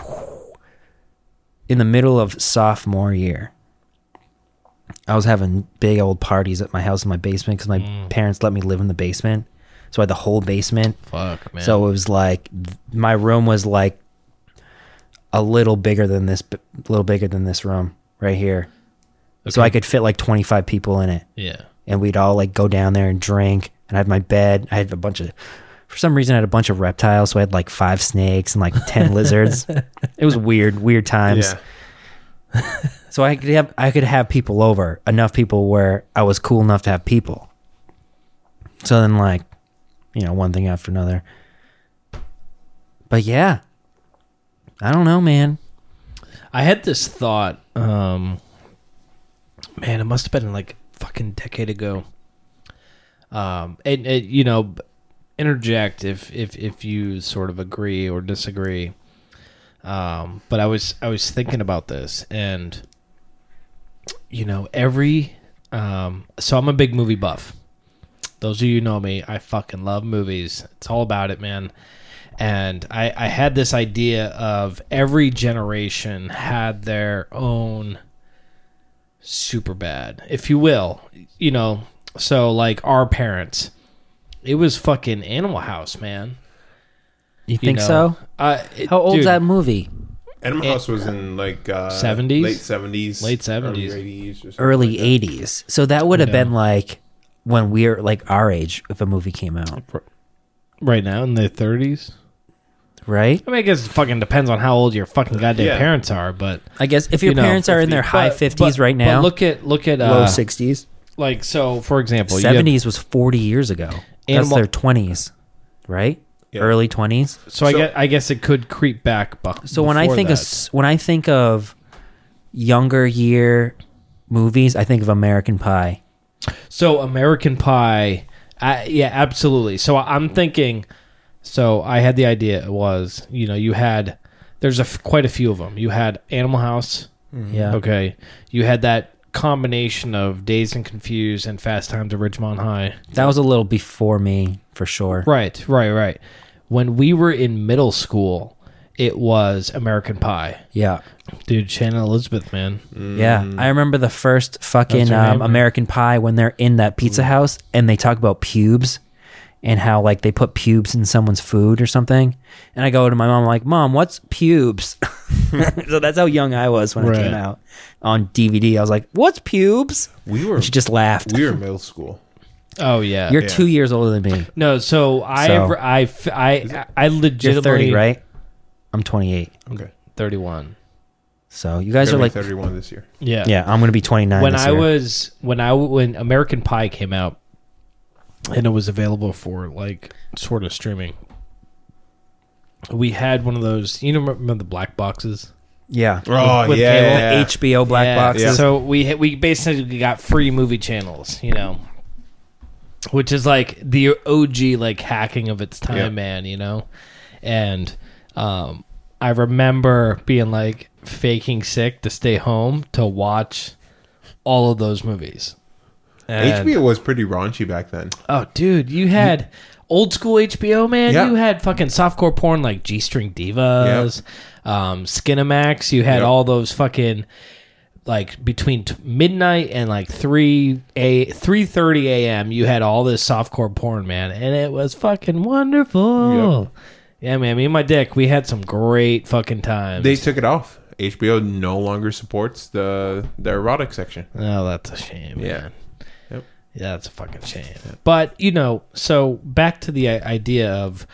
in the middle of sophomore year. I was having big old parties at my house in my basement because my
Mm.
parents let me live in the basement. So I had the whole basement.
Fuck, man.
So it was like th- my room was like a little bigger than this, b- little bigger than this room right here. So
Okay.
I could fit like 25 people in it
yeah.
and we'd all like go down there and drink and I had my bed. I had a bunch of for some reason I had a bunch of reptiles, so I had like five snakes and like ten lizards. It was weird, weird times.
Yeah.
So I could have I could have people over, enough people where I was cool enough to have people. So then like, you know, one thing after another. But yeah. I don't know, man.
I had this thought, um, man, it must have been like fucking decade ago. Um, and, and you know, b- interject if if if you sort of agree or disagree. Um, but I was I was thinking about this, and you know, every um, so I'm a big movie buff. Those of you who know me, I fucking love movies. It's all about it, man. And I, I had this idea of every generation had their own super bad, if you will. You know, so like our parents, it was fucking Animal House, man.
You
You
think
know?
so?
Uh, it-
How old's
dude,
that movie?
Animal House was in like uh,
70s?
late 70s,
Eh, Late
early
70s.
80s, or something
Early
like that.
eighties. So that would have been like when we're like our age if a movie came out.
Right now in their 30s?
Right?
I mean, I guess it fucking depends on how old your fucking goddamn
Yeah.
parents are, but.
I guess if your
You know,
parents are in their
50s.
high
But-
fifties
but-
right now,
But look at look at
low
uh,
sixties,
like so for example, you have-
seventies was forty years ago. That's
Animal-
their twenties, right?
Yeah.
Early twenties.
so I
So-
guess I guess it could creep back. bu-
So when I
before
think
that.
of s when I think of younger year movies, I think of American Pie.
So American Pie, I, yeah, absolutely. So I- I'm thinking. So I had the idea it was you know you had there's a f- quite a few of them. You had Animal House.
Yeah,
Mm-hmm. Okay, you had that combination of Dazed and Confused and Fast Times at Ridgemont High.
that was a little before me for sure.
Right, right, right. When we were in middle school, it was American Pie. Mm.
Yeah.
Dude, Shannon Elizabeth, man.
Yeah, I remember the first
That's
fucking
her name,
um,
yeah.
American Pie when they're in that pizza
Mm.
house and they talk about pubes and how like they put pubes in someone's food or something. And I go to my mom like, "Mom, what's pubes?" [LAUGHS] so that's how young I was when it
Right.
came out on DVD. I was like, "What's pubes?"
We were
And she just laughed.
we were in middle school.
Oh yeah.
You're
Yeah.
two years older than me.
no, so I
So-
ever, I f- I I legitimately
You're thirty, right? I'm twenty eight.
Okay,
31.
So you guys
Gonna
are like,
be 31 this year.
Yeah.
yeah, I'm gonna be twenty nine.
when I was when I when American Pie came out and it was available for like sort of streaming. We had one of those. You know, remember the black boxes?
yeah,
Oh
with
yeah,
The HBO black
Yeah,
boxes.
So we ha- we basically got free movie channels, you know, which is like the OG like hacking of its time,
Yeah.
man. You know, and um, I remember being like faking sick to stay home to watch all of those movies. And-
HBO was pretty raunchy back then.
Oh, dude, you had old school HBO, man.
Yeah.
You had fucking softcore porn like G String Divas, um, Skinamax. You had
Yep.
all those fucking like between t- midnight and like three a three thirty a.m. You had all this softcore porn, man, and it was fucking wonderful. Yeah, man. Me and my dick, we had some great fucking times.
They took it off. HBO no longer supports the the erotic section.
Oh, that's a shame.
Yeah.
man.
Yep.
Yeah, that's a fucking shame. But you know, so back to the i- idea of,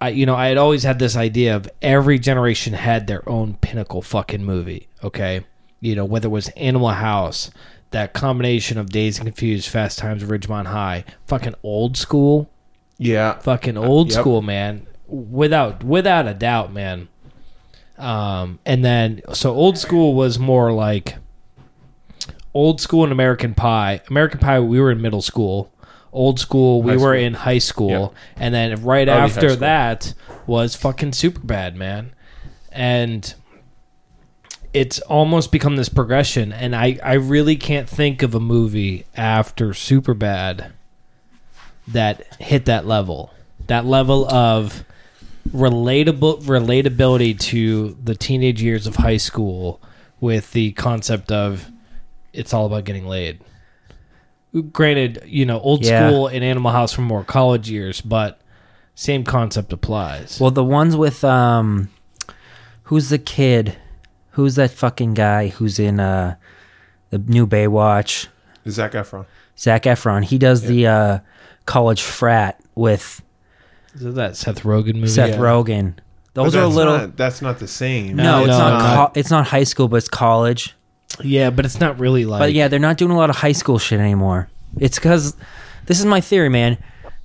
I you know, I had always had this idea of every generation had their own pinnacle fucking movie. Okay, you know, whether it was Animal House, that combination of Days and Confused, Fast Times at Ridgemont High, fucking old school,
Yeah,
fucking old
yep.
school, man. Without without a doubt, man. Um, and then so old school was more like old school and American Pie. American Pie, we were in middle school. Old school, we
High
were
school.
in high school, and then right
Early high
after
school.
that was fucking super bad, man. And it's almost become this progression, and I I really can't think of a movie after Superbad that hit that level, that level of relatable relatability to the teenage years of high school with the concept of it's all about getting laid. Granted, you know, old
Yeah.
school and Animal House from more college years, but same concept applies.
Well, the ones with um, who's the kid? Who's that fucking guy who's in uh the new Baywatch?
Zach Efron.
Zach Efron. He does the uh college frat with
Is that Seth Rogen movie?
Seth
Yeah.
Rogen. Those
But
are a
that's
little.
Not, that's not the same.
no, it's
no,
not.
no.
Co- it's not high school, but it's college.
Yeah, but it's not really like.
But yeah, they're not doing a lot of high school shit anymore. It's because this is my theory, man.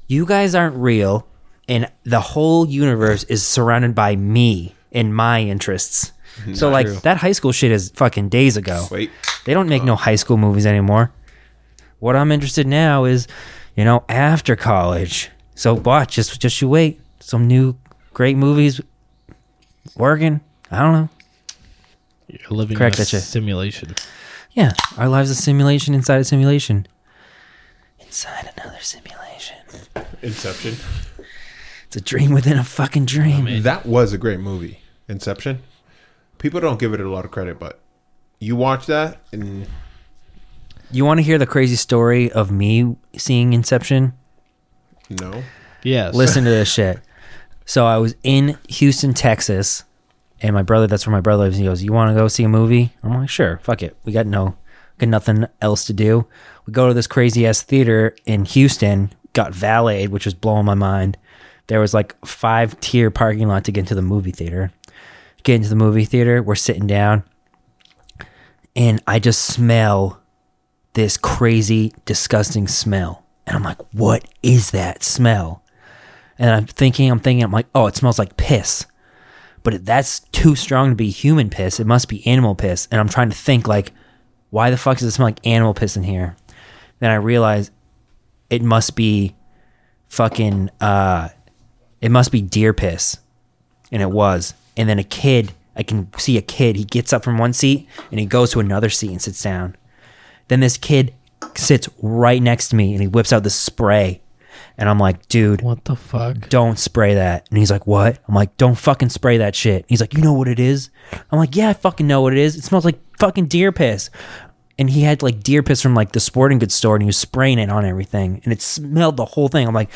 You guys aren't real, and the whole universe is surrounded by me and my interests. So like that high school shit is fucking days ago.
Wait,
They don't make no high school movies anymore. What I'm interested now is, you know, after college. So watch, just just you wait. Some new great movies working. I don't know.
you're living
Correct,
in a
that's it.
simulation.
Yeah, our lives a simulation inside a simulation. Inside another simulation.
Inception.
It's a dream within a fucking dream.
That was a great movie, Inception. People don't give it a lot of credit, but you watch that and
you want to hear the crazy story of me seeing Inception?
no,
Yes.
Listen to this shit. So I was in Houston, Texas, and my brother, that's where my brother lives, and he goes, You want to go see a movie? I'm like, Sure, fuck it. We got no, got nothing else to do. We go to this crazy ass theater in Houston, got valeted, which was blowing my mind. There was like five tier parking lot to get into the movie theater. Get into the movie theater, we're sitting down, and I just smell this crazy, disgusting smell. And I'm like, What is that smell? And I'm thinking, I'm thinking, I'm like, oh, it smells like piss. But that's too strong to be human piss. It must be animal piss. And I'm trying to think, like, why the fuck does it smell like animal piss in here? Then I realize it must be fucking, uh, it must be deer piss. And it was. And then a kid, I can see a kid, he gets up from one seat and he goes to another seat and sits down. Then this kid sits right next to me and he whips out the spray And I'm like, dude,
[LAUGHS] What the fuck?
don't spray that. And he's like, what? I'm like, don't fucking spray that shit. He's like, you know what it is? I'm like, yeah, I fucking know what it is. It smells like fucking deer piss. And he had like deer piss from like the sporting goods store and he was spraying it on everything and it smelled the whole thing. I'm like,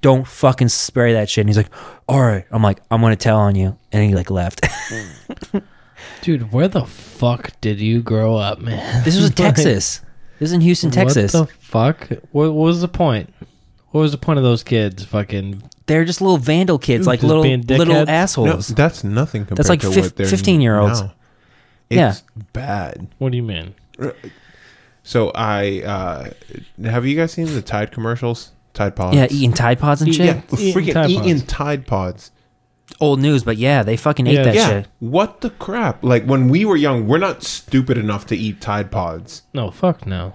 don't fucking spray that shit. And he's like, all right. I'm like, I'm going to tell on you. And he like left. [LAUGHS]
Dude, where the fuck did you grow up, man? [LAUGHS]
this was in
Like,
Texas. This is in Houston, Texas.
What the fuck? What, what was the point? What was the point of those kids fucking
They're just little vandal kids, like
Just
little
being dickheads.
little
No,
assholes.
that's nothing compared
like
to
fif-
what they're
15-year-olds.
now.
Yeah.
It's bad.
What do you mean?
So I uh have you guys seen the Tide commercials? Tide Pods.
Yeah, E eating Tide Pods and shit.
yeah, the
Eating
freaking E
Tide
eating
Pods.
Tide Pods.
Old news, but yeah, they fucking ate
Yeah.
that
Yeah,
shit.
what the crap? Like when we were young, we're not stupid enough to eat Tide Pods.
No, fuck no.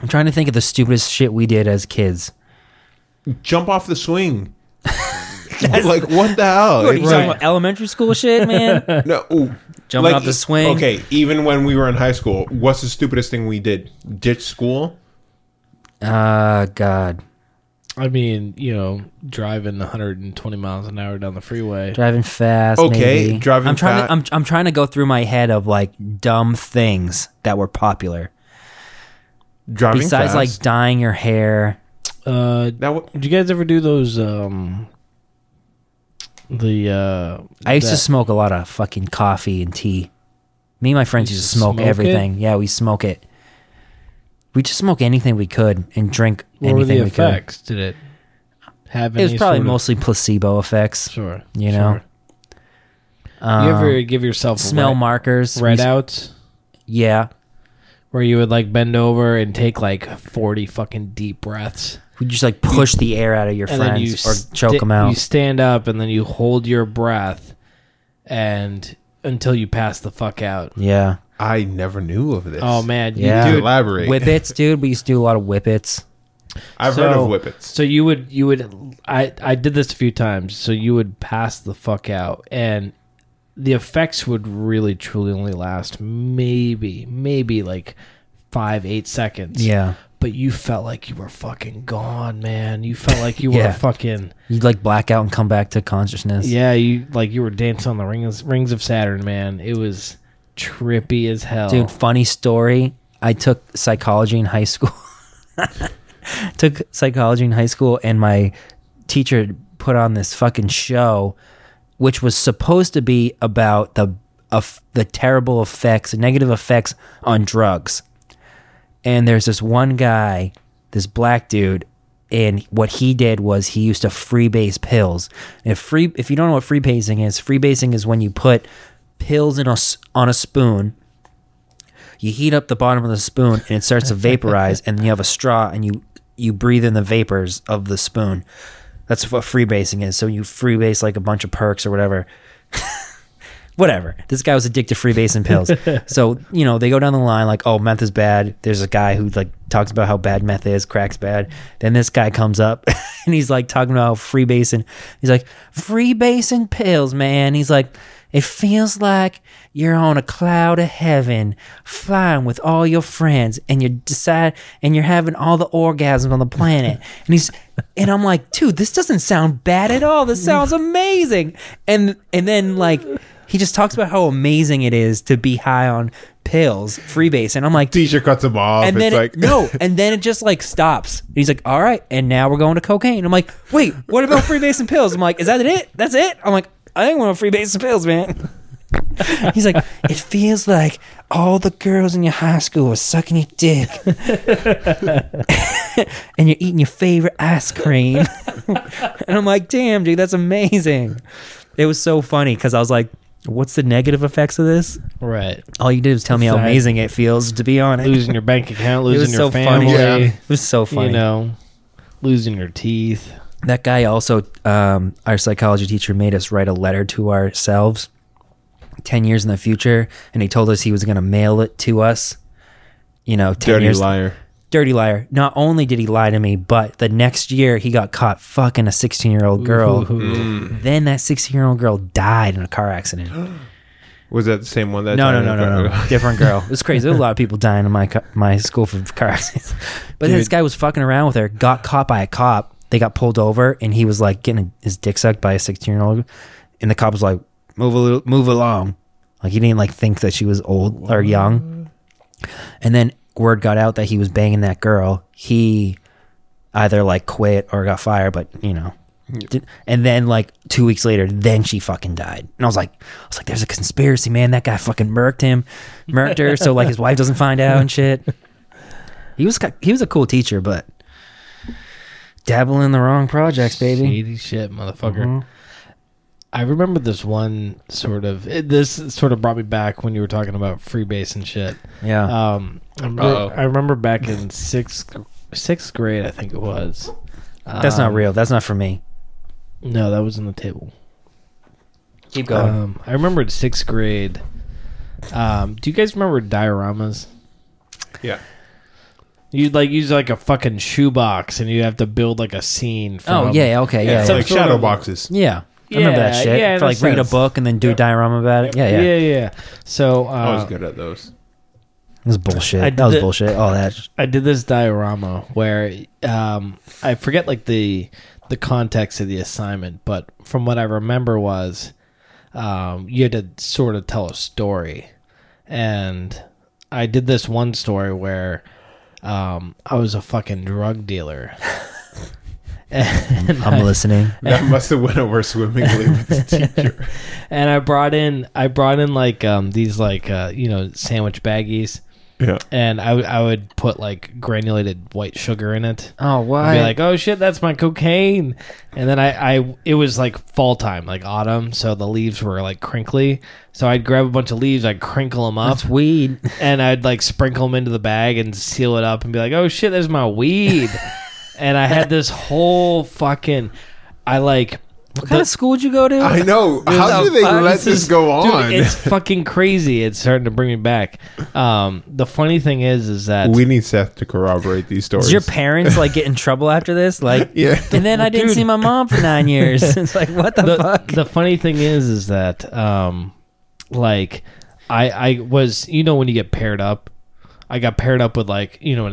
I'm trying to think of the stupidest shit we did as kids.
Jump off the swing. like what the hell? It's
talking
like-
elementary school shit, [LAUGHS] man?
no, ooh.
Jumping off the swing.
Okay, even when we were in high school, what's the stupidest thing we did? Ditch school?
Ah, God.
I mean, you know, driving 120 miles an hour down the freeway.
Driving fast.
Okay,
maybe.
driving
I'm trying
fa-
To, I'm, I'm trying to go through my head of like dumb things that were popular.
Driving
Besides like
fast.
dyeing your hair.
Uh,
that w-
did you guys ever do those? Um, the uh,
I used to
that-
smoke a lot of fucking coffee and tea. Me and my friends used to smoke,
smoke it?
everything. Yeah, we smoke it. We just smoke anything we could and drink
what were
anything
the
we
effects? Did it have?
could. It was
any
probably
sort of-
mostly placebo effects.
sure.
you know, um,
sure. you ever give yourself
Smell
red,
markers.
red
We-
outs
Yeah.
where you would like bend over and take like 40 fucking deep breaths?
We just like push the air out of your
and then you
friends or
sta-
choke them out.
You stand up and then you hold your breath, and until you pass the fuck out.
yeah.
I never knew of this.
Oh man, you-
Yeah.
Dude,
dude.
elaborate.
Whippets, dude. We used to do a lot of whippets.
I've heard
So-
of whippets.
So you would you would I I did this a few times. So you would pass the fuck out, and the effects would really truly only last maybe maybe like five eight seconds.
Yeah.
But you felt like you were fucking gone, man. You felt like you were
Yeah.
fucking
You'd like black out and come back to consciousness.
yeah. You like you were dancing on the rings rings of Saturn, man. It was trippy as hell.
Dude, funny story. I took psychology in high school. [LAUGHS] took psychology in high school, and my teacher put on this fucking show, which was supposed to be about the of the terrible effects, the negative effects on drugs. And there's this one guy, this black dude, and what he did was he used to freebase pills. And if free, if you don't know what freebasing is, freebasing is when you put pills in a s on a spoon you heat up the bottom of the spoon and it starts to vaporize and then you have a straw and you you breathe in the vapors of the spoon that's what freebasing is so you freebase like a bunch of perks or whatever whatever this guy was addicted to freebasing pills so you know they go down the line like oh meth is bad there's a guy who like talks about how bad meth is crack's bad then this guy comes up [LAUGHS] and he's like talking about freebasing he's like freebasing pills man he's like it feels like you're on a cloud of heaven, flying with all your friends, and you decide, and you're having all the orgasms on the planet. And he's, and I'm like, dude, this doesn't sound bad at all. This sounds amazing. And and then like, he just talks about how amazing it is to be high on pills, freebase, and I'm like,
Teacher cuts them off.
and
it's
then
like
it, no, and then it just like stops. And he's like, "All right, and now we're going to cocaine." I'm like, "Wait, what about freebasing pills?" I'm like, "Is that it? That's it?" I'm like, "I ain't want freebasing pills, man." [LAUGHS] he's like, "It feels like all the girls in your high school are sucking your dick, [LAUGHS] and you're eating your favorite ice cream." [LAUGHS] and I'm like, "Damn, dude, that's amazing." It was so funny because I was like, "What's the negative effects of this?"
right?
All you did was tell me how
Sad.
amazing it feels to be on it.
Losing your bank account,
[LAUGHS]
losing
it was
your
so
family.
funny. Yeah. It was so funny.
You know, losing your teeth.
That guy also, um, our psychology teacher, made us write a letter to ourselves ten years in the future, and he told us he was going to mail it to us. You know, ten
[LAUGHS] dirty
years.
liar.
Dirty liar. Not only did he lie to me, but the next year he got caught fucking a sixteen-year-old girl. Then that sixteen-year-old girl died in a car accident.
Was that the same one that?
No, no,
died
no,
in
no,
the-
no. Different girl. It was crazy. There was a lot of people dying in my co- my school for car accidents. [LAUGHS] But then this
Dude.
guy was fucking around with her, got caught by a cop, They got pulled over, and he was like getting his dick sucked by a 16 year old, and the cop was like, "Move a little, move along." Like he didn't like think that she was old or young. And then word got out that he was banging that girl. He either like quit or got fired, but you know. Did- And then like two weeks later, then she fucking died. And I was like, I was like, there's a conspiracy, man. That guy fucking murked him, murked her, so like his wife doesn't find out and shit. [LAUGHS] He was ki- he was a cool teacher, but dabbling in the wrong projects, baby.
Shady shit, motherfucker.
Mm-hmm.
I remember this one sort of. It, this sort of brought me back when you were talking about freebase and shit.
Yeah,
Um, I
Uh-oh.
remember, I remember back in sixth sixth grade, I think it was.
that's not
Um,
real. That's not for me.
No, that was on the table.
Keep
Um, I remember in sixth grade. Um, do you guys remember dioramas?
[LAUGHS] Yeah.
You'd like use like a fucking shoebox, and you'd have to build like a scene. From,
oh yeah, okay, yeah,
it's
yeah.
like
sort
shadow
of-
boxes.
Yeah. I remember that
Yeah,
shit.
yeah,
For, like
in a
read a
sense.
book and then do a diorama about it. Yeah, yeah.
yeah, yeah. So uh,
Oh, I was good
[LAUGHS]
at those.
It was bullshit.
I
that was
did-
bullshit. All
[LAUGHS]
that.
I did this diorama where um, I forget like the the context of the assignment, but from what I remember was um, you had to sort of tell a story, and I did this one story where um, I was a fucking drug dealer. [LAUGHS] and,
I'm listening.
That must have went over swimmingly
[LAUGHS]
with this teacher.
and I brought in I brought in like um, these like uh, you know sandwich baggies,
Yeah.
and I w- I would put like granulated white sugar in it.
Oh,
I'd
why?
be like, oh shit, that's my cocaine. And then I, I, it was like fall time, like autumn, so the leaves were like crinkly. So I'd grab a bunch of leaves, I'd crinkle them up,
that's weed.
and I'd like sprinkle them into the bag and seal it up, and be like, oh shit, there's my
[LAUGHS]
weed. and I had this whole fucking, I like.
What kind of school would you go to?
I know. How do they
Uh,
let this
is-
go
dude,
on?
it's fucking crazy. It's starting to bring me back. Um, the funny thing is, is that
we need Seth to corroborate these stories.
Did your parents like get in trouble after this? [LAUGHS] Like,
Yeah.
And then I didn't
Dude.
see my mom for nine years. [LAUGHS] it's like, what the, fuck?
[LAUGHS] the funny thing is is that um like i i was you know when you get paired up i got paired up with like you know an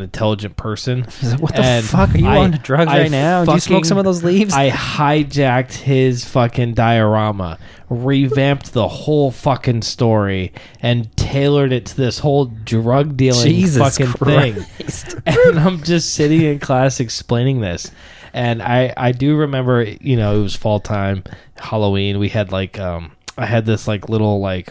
[LAUGHS]
intelligent person
What the
and
fuck? Are you
I-
on drugs
I
right now? Do you smoke
fucking-
some of those leaves?
i hijacked his fucking diorama revamped the whole fucking story and tailored it to this whole drug dealing fucking thing [LAUGHS] and I'm just sitting in class explaining this. And I, I do remember, you know, it was fall time, Halloween. We had like, um, I had this like little like,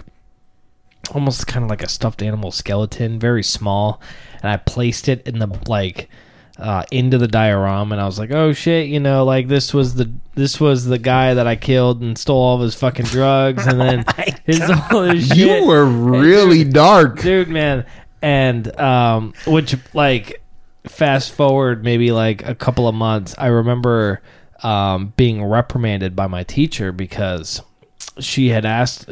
almost kind of like a stuffed animal skeleton, very small, and I placed it in the like, uh, into the diorama, and I was like, oh shit, you know, like this was the this was the guy that I killed and stole all of his fucking drugs, and then his all his shit
you were really dark.
dude man and um which like fast forward maybe like a couple of months i remember um being reprimanded by my teacher because she had asked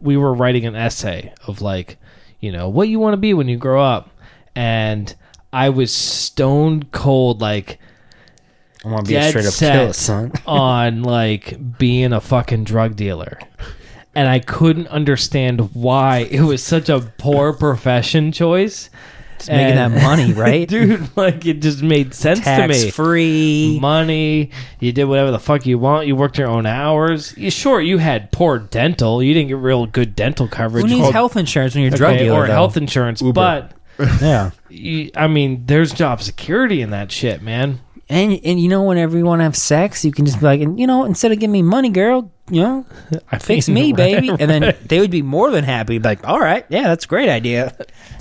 we were writing an essay of like you know what you want to be when you grow up and i was stone cold like
I want to be a
dead
straight up
set
killer, son.
on like being a fucking drug dealer. And I couldn't understand why it was such a poor profession choice. It's
Making that [LAUGHS] money, right?
[LAUGHS] Dude, like it just made sense to
Tax
me.
free.
Money, you did whatever the fuck you want. You worked your own hours. You, sure, you had poor dental. You didn't get real good dental coverage.
Who needs
Or-
health insurance when you're a drug
okay,
dealer?
or
though?
health insurance, but
yeah.
you, I mean, there's job security in that shit, man.
And and you know, whenever you want to have sex, you can just be like, and you know, instead of giving me money, girl, you [LAUGHS] know,
I
fix
mean,
me,
right,
baby. And then they would be more than happy. Be like, all right, yeah, that's a great idea.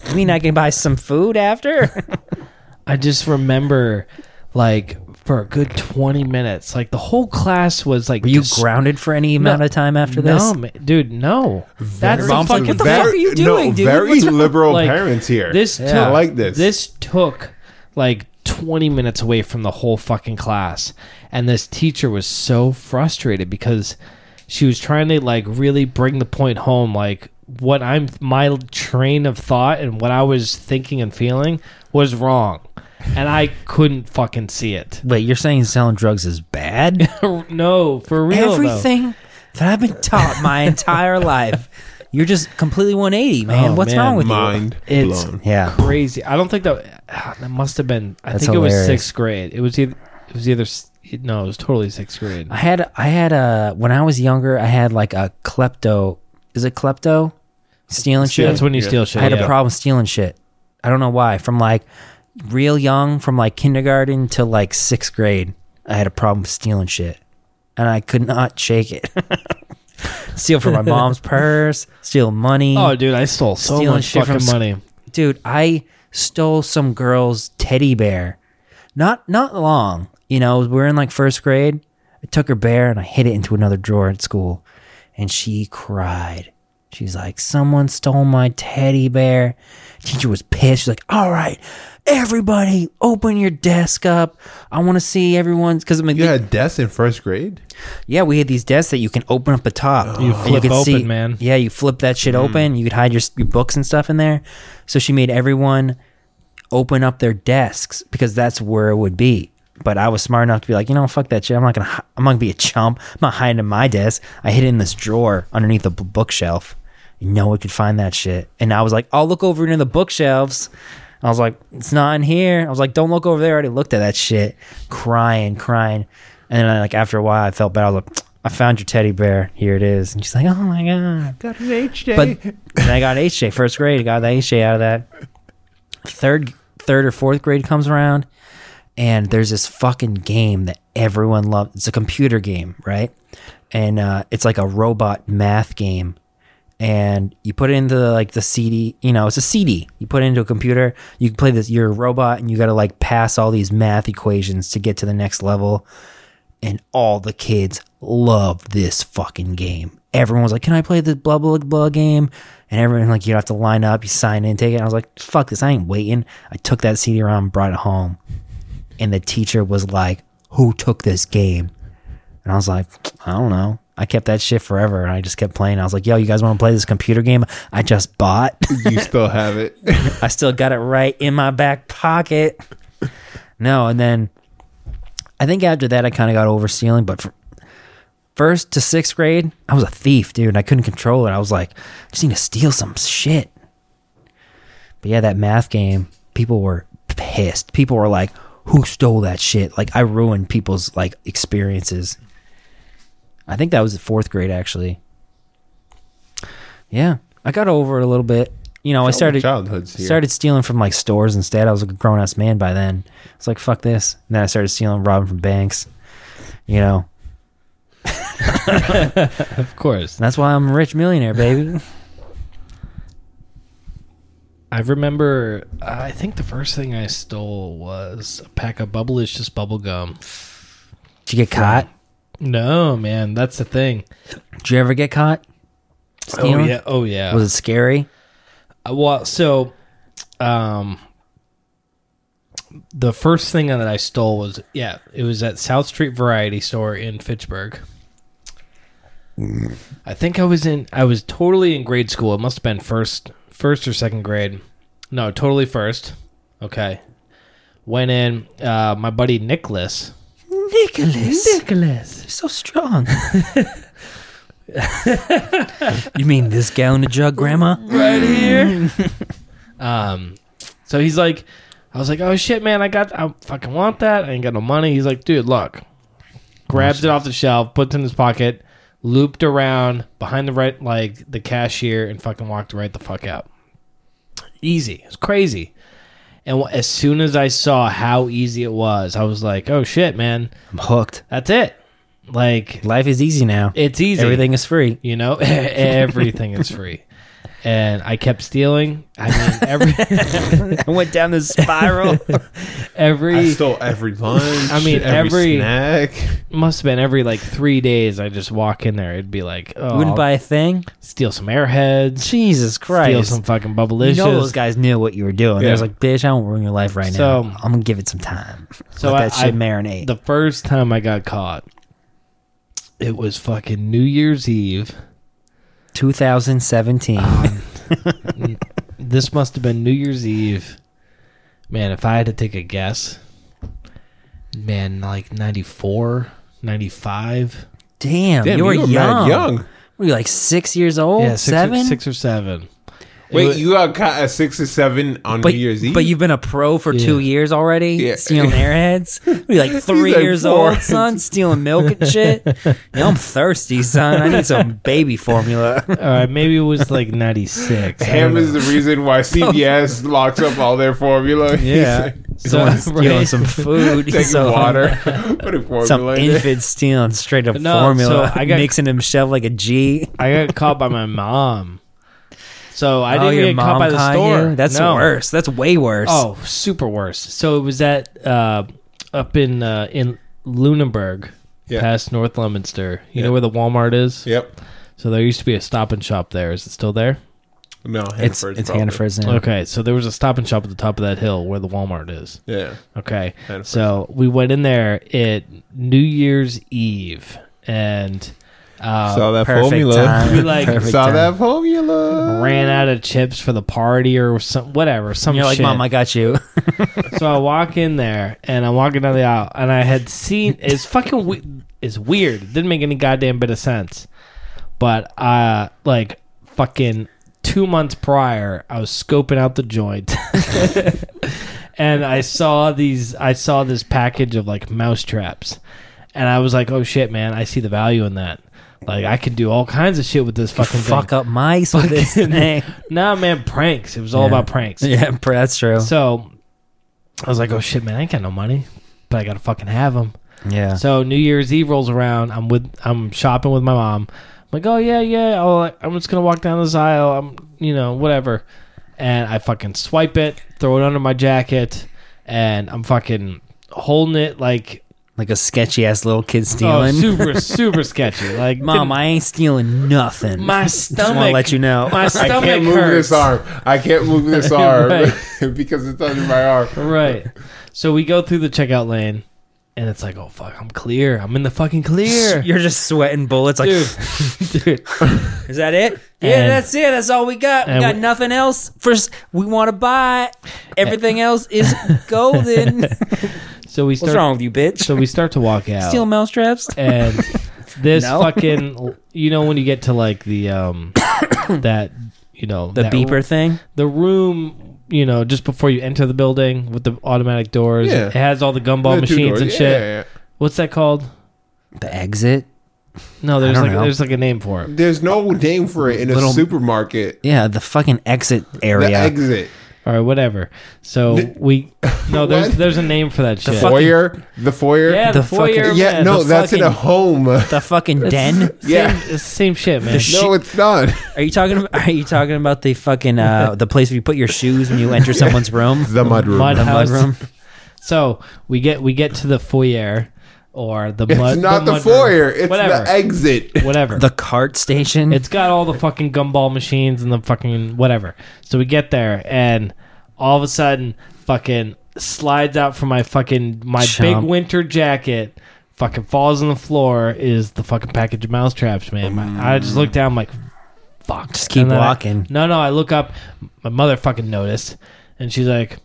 You mean I can buy some food after?
I just remember, like, for a good 20 minutes, like, the whole class was like,
Were [LAUGHS] you
dis-
grounded for any amount of time after this?
No, ma- dude, no. That's
Mom,
the fucking
what the fuck are you doing,
no,
dude?
Very
What's wrong?
liberal
Like,
parents here.
This
Yeah.
took
I like this.
This took like 20 minutes away from the whole fucking class, and this teacher was so frustrated because she was trying to like really bring the point home, like what I'm my train of thought and what I was thinking and feeling was wrong, and I couldn't fucking see it.
[LAUGHS]
[LAUGHS]
Wait, you're saying selling drugs is [LAUGHS] bad?
no, for real. though.
Everything that I've been taught [LAUGHS] my entire life, you're just completely 180, man.
Oh,
What's
man.
wrong with
Mind
It's-
blown.
you? Yeah.
crazy. I don't think that ah, that must have been. I
That's
think it was
hilarious.
sixth grade. It was either it was either s- No, it was totally sixth grade.
I had I had a when I was younger I had like a klepto. Is it klepto? Stealing shit.
That's when you
Yeah.
steal shit.
I had
yeah.
a problem stealing shit. I don't know why. From like real young, from like kindergarten to like sixth grade, I had a problem stealing shit, and I could not shake it. [LAUGHS] steal from my
[LAUGHS]
mom's purse, steal money.
Oh, dude, I stole so
Stealing
much
shit from
fucking
sc-
money.
dude, I stole some girl's teddy bear. Not not long, you know. We were in like first grade. I took her bear and I hid it into another drawer at school, and she cried. She's like, "Someone stole my teddy bear." Teacher was pissed. She's like, "All right, everybody, open your desk up. I want to see everyone's because I mean,
You had deaths in first grade?
yeah, we had these desks that you can open up the top.
Oh, You
And
flip
could
open, man.
Yeah, you flip that shit
Mm.
open. You could hide your, your books and stuff in there. So she made everyone open up their desks because that's where it would be. But I was smart enough to be like, you know, fuck that shit. I'm not gonna. hi- I'm not gonna be a chump. I'm not hiding in my desk. I hid it in this drawer underneath the b- bookshelf. No one could find that shit. And I was like, I'll look over into the bookshelves. I was like, it's not in here. I was like, don't look over there. I already looked at that shit. Crying, crying. And then like after a while, I felt bad. I was like, I found your teddy bear. Here it is. And she's like, oh my god.
Got an HJ.
But then I got HJ first grade. I got the HJ out of that. Third, third or fourth grade comes around, and there's this fucking game that everyone loves. It's a computer game, right? And uh, it's like a robot math game. And you put it into like the CD, you know, it's a CD. You put it into a computer. You can play this. You're a robot, and you got to like pass all these math equations to get to the next level and all the kids loved this fucking game. Everyone was like, "Can I play the blah blah blah game?" And everyone like, "You have to line up, you sign in, take it." And I was like, "Fuck this, I ain't waiting." I took that CD around, brought it home, and the teacher was like, "Who took this game?" And I was like, "I don't know." I kept that shit forever, and I just kept playing. I was like, "Yo, you guys want to play this computer game I just bought?" [LAUGHS]
you still have it.
I still got it right in my back pocket. No, and then I think after that I kind of got over stealing, but for first to sixth grade, I was a thief, dude. and I couldn't control it. I was like, I just need to steal some shit. But yeah, that math game, people were pissed. People were like, "Who stole that shit?" Like I ruined people's like experiences. I think that was the fourth grade actually. Yeah, I got over it a little bit. You know, I started
childhoods here.
started stealing from like stores instead. I was a grown ass man by then. It's like fuck this. And then I started stealing, robbing from banks. You know, and
Of course.
that's why I'm a rich millionaire, [LAUGHS] baby.
I remember. uh, I think the first thing I stole was a pack of Bubblicious bubble gum.
Did you get caught?
No, man, that's the thing.
Did you ever get caught?
Oh
Stealing?
yeah, oh yeah.
Was it scary?
Uh, well, so, um, the first thing that I stole was yeah, it was at South Street Variety Store in Fitchburg. I think I was in I was totally in grade school. It must have been first first or second grade. No, totally first. Okay. Went in uh my buddy Nicholas.
Nicholas,
Nicholas.
you're so strong. [LAUGHS] you mean this gallon of jug, Grandma?
right here. um, so he's like, I was like, oh shit, man, I got, I fucking want that. I ain't got no money. He's like, dude, look. Grabs it off the shelf, puts it in his pocket, looped around behind the right, like the cashier, and fucking walked right the fuck out. Easy. It's crazy. And wh- as soon as I saw how easy it was, I was like, oh shit, man,
I'm hooked.
that's it. Like,
Life is easy now.
it's easy.
Everything is free.
You know, [LAUGHS] everything is free. And I kept stealing. I mean, every
[LAUGHS] I went down this [LAUGHS] spiral.
I
every
stole
[LAUGHS]
every lunch.
I mean, every-
snack.
must have been every like three days. I just walk in there. It'd be like, oh,
you wouldn't buy a thing.
steal some airheads,
Jesus
steal
Christ!
some fucking
You
bubblicious.
know those guys knew what you were doing. They
Yeah.
was like, "Bitch, I won't ruin your life right
So-
now. I'm gonna give it some time.
So
Let
I-
that shit
I-
marinate."
The first time I got caught, it was fucking New Year's Eve.
2017.
This must have been New Year's Eve. Man, if I had to take a guess, man, like 94, 95.
damn,
Damn,
you were
mad
young.
young.
Were you like six years old?
yeah, six,
Oh, seven?
Or, six or seven.
Wait,
was-
you got caught at six or seven on
But,
New Year's Eve.
but you've been a pro for two
Yeah.
years already,
Yeah.
stealing airheads. What Are you like three
like
years
four.
old, son, stealing milk and shit? Now I'm thirsty, son. I need some baby formula.
All right, uh, maybe it was like
[LAUGHS]
'96.
Ham is the reason why CBS locks up all
[LAUGHS]
their formula.
yeah. So, [LAUGHS]
Someone's stealing
right.
some
[LAUGHS]
food,
Taking
so-
water, [LAUGHS] putting formula
Some
in it.
infant stealing straight up
But no,
formula,
so I got-
mixing himself like a G.
I got caught by my mom. So I
Oh,
didn't
your
get caught
mom
by the
caught
store.
you? That's
No.
worse. That's way worse.
Oh, super worse. So it was at uh, up in uh, in Lunenburg,
Yeah.
past North Leominster. You
Yeah.
know where the Walmart is.
Yep.
So there used to be a Stop and Shop there. Is it still there?
No,
it's
Hannaford's
it's
probably.
Hannaford's name.
Okay, so there was a Stop and Shop at the top of that hill where the Walmart is.
Yeah.
Okay.
Hannaford's.
So we went in there at New Year's Eve and uh,
Saw that
Perfect
formula.
time.
We, like,
Perfect
[LAUGHS] Saw
time.
that formula.
ran out of chips for the party or some whatever. Some
And you're like,
shit.
Mom, I got [LAUGHS] you.
so I walk in there and I'm walking down the aisle and I had seen it's fucking we- it's weird. It didn't make any goddamn bit of sense. But uh like fucking 2 months prior I was scoping out the joint. [LAUGHS] and I saw these I saw this package of like mouse traps. And I was like, "Oh shit, man, I see the value in that. Like I could do all kinds of shit with this fucking
Fuck
thing."
up mice with this thing.
Nah, man, pranks. It was all
Yeah.
about
[LAUGHS]
pranks.
Yeah, pr- that's true.
So I was like, oh shit, man, I ain't got no money, but I gotta fucking have them.
yeah.
So New Year's Eve rolls around. I'm with, I'm shopping with my mom. I'm like, oh yeah, yeah. I'll, I'm just gonna walk down this aisle. I'm, you know, whatever. And I fucking swipe it, throw it under my jacket, and I'm fucking holding it like
like a sketchy ass little kid
oh,
stealing.
[LAUGHS] super, super sketchy.
[LAUGHS]
Like,
Mom, I ain't stealing nothing.
[LAUGHS] my
Just want to
stomach,
let you know. [LAUGHS]
my
I
stomach
can't move
hurts.
this arm. I can't
[LAUGHS]
move this arm
Right.
[LAUGHS] because it's under my arm.
[LAUGHS] Right. So we go through the checkout lane, and it's like, oh fuck, I'm clear. I'm in the fucking clear.
You're just sweating bullets. Like, [LAUGHS]
Dude, dude,
is that it? yeah,
And-
that's it. That's all we got. We
and
got
we-
nothing else. First, we want to buy. [LAUGHS] Everything else is golden. [LAUGHS] What's
So we start.
wrong with you, bitch?
So we start to walk out,
Steal mousetraps? [LAUGHS]
and this
No.
fucking you know when you get to like the um [COUGHS] that you know
The
that-
beeper thing?
the room you know just before you enter the building with the automatic doors.
Yeah.
It has all the gumball
The two
machines
doors.
and
Yeah,
shit.
yeah, yeah.
What's that called?
The exit?
No, there's
don't
like
know.
there's like a name for it.
There's no name for it in a
Little-
supermarket.
Yeah, the fucking exit
The
area.
exit.
All right, whatever. So we no there's
What?
there's a name for that shit.
Foyer. The foyer.
yeah,
The
the, foyer.
fucking-
Yeah,
man.
no,
the
that's in a
fucking-
home.
the fucking
It's-
den?
Same,
[LAUGHS] Yeah.
it's the same shit, man.
sh-
No, it's not.
Are you talking? About, [LAUGHS] are you talking about the fucking [LAUGHS] uh, the place where you put your shoes when you enter [LAUGHS] someone's room?
The mudroom.
Mud-
The
House.
mudroom.
So we get we get to the foyer or the
It's
mud.
not the,
mud room.
foyer. It's
whatever,
the exit.
whatever.
The cart station.
[LAUGHS] it's got all the fucking gumball machines and the fucking whatever. So we get there and all of a sudden, fucking slides out from my fucking my
Chomp.
big winter jacket. Fucking falls on the floor is the fucking package of mousetraps, man. My, I just look down, I'm like, fuck.
Just keep
And then I-
walking.
no, no, I look up. My mother fucking noticed, and she's like,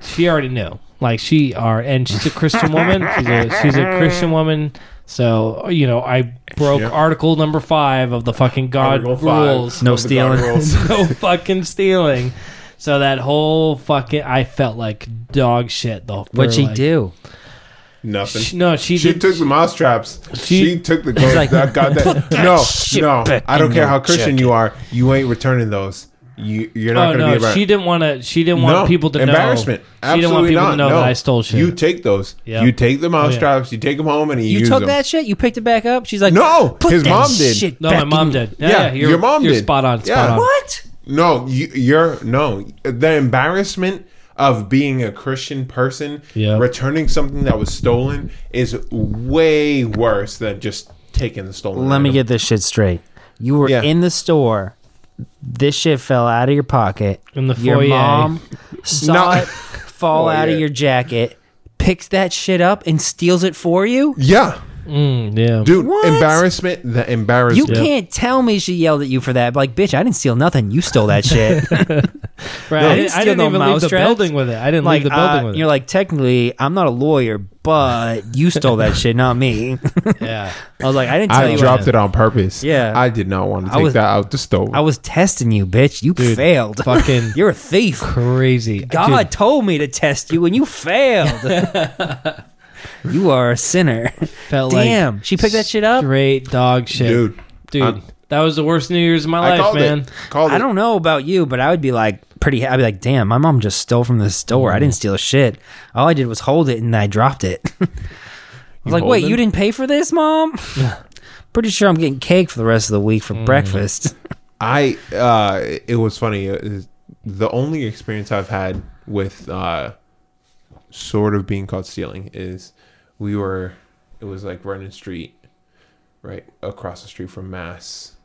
she already knew. Like she are, and she's a Christian woman. She's a, she's a Christian woman. So you know, I broke
Yep.
Article Number Five of the fucking God
Article five.
rules. [LAUGHS]
No
Of the God
stealing.
rules.
no fucking stealing. So that whole fucking, I felt like dog shit. The
What'd she
like-
do?
[LAUGHS]
Nothing.
She- no, she,
She
did,
took the mousetraps. She,
She-
[LAUGHS]
she took the gold.
like,
that got that.
shit
No, no.
back
I don't
in
care
your
how Christian you are. You ain't returning those. You, you're not
Oh
going to
no,
be around.
she didn't want to. She didn't want people to
embarrassment.
know. She didn't want
Absolutely
people
not.
to know
no.
that I stole shit. Oh,
You take those.
Yeah.
You take the mousetraps. You take them home and you,
You
use
took
them.
that shit. You picked it back up. She's like,
No,
put
his
that
mom did.
shit
no,
back
my mom
in-
did. Yeah,
Yeah,
yeah, you're,
your mom
you're
did.
Spot on. Spot
Yeah.
on.
What?
No, you, you're no. The embarrassment of being a Christian person
Yeah.
returning something that was stolen is way worse than just taking the stolen.
Let me
item.
get this shit straight. You were
Yeah.
in the store. This shit fell out of your pocket.
In the
your
foyer.
mom saw
No.
it fall out of
Foyer.
your jacket, picks that shit up and steals it for you.
Yeah.
Mm, yeah.
Dude,
What?
embarrassment. The
You
embarrassment.
can't tell me she yelled at you for that. Like, bitch, I didn't steal nothing. You stole that
[LAUGHS]
shit. No,
Right.
you
I didn't, I
steal
didn't
no
even leave the
mousetraps.
building with it. I didn't
like,
leave the
uh,
building with
you're
it.
like, technically, I'm not a lawyer, but you stole that shit, not me. [LAUGHS]
yeah.
I was like, I didn't tell
I
you.
dropped it on purpose.
Yeah.
I did not want to
I
take
was-
that out the stove.
I was testing you, bitch. You
Dude,
failed.
Fucking
[LAUGHS] You're a thief.
crazy.
God
Dude,
told me to test you, and you failed. you are a sinner.
felt like
Damn, she picked that shit up.
Straight dog shit.
Dude,
Dude,
I'm-
that was the worst New Year's of my
I
life,
called
man.
it. Called
I
it.
don't know about you, but I would be like pretty. ha- I'd be like, damn, my mom just stole from the store. I didn't steal shit. All I did was hold it and I dropped it. [LAUGHS] I was like,
hold
wait,
it?
you didn't pay for this, mom? pretty sure I'm getting cake for the rest of the week for breakfast. [LAUGHS]
I uh, it was funny. Uh, The only experience I've had with uh, sort of being caught stealing is we were it was like running street right across the street from Mass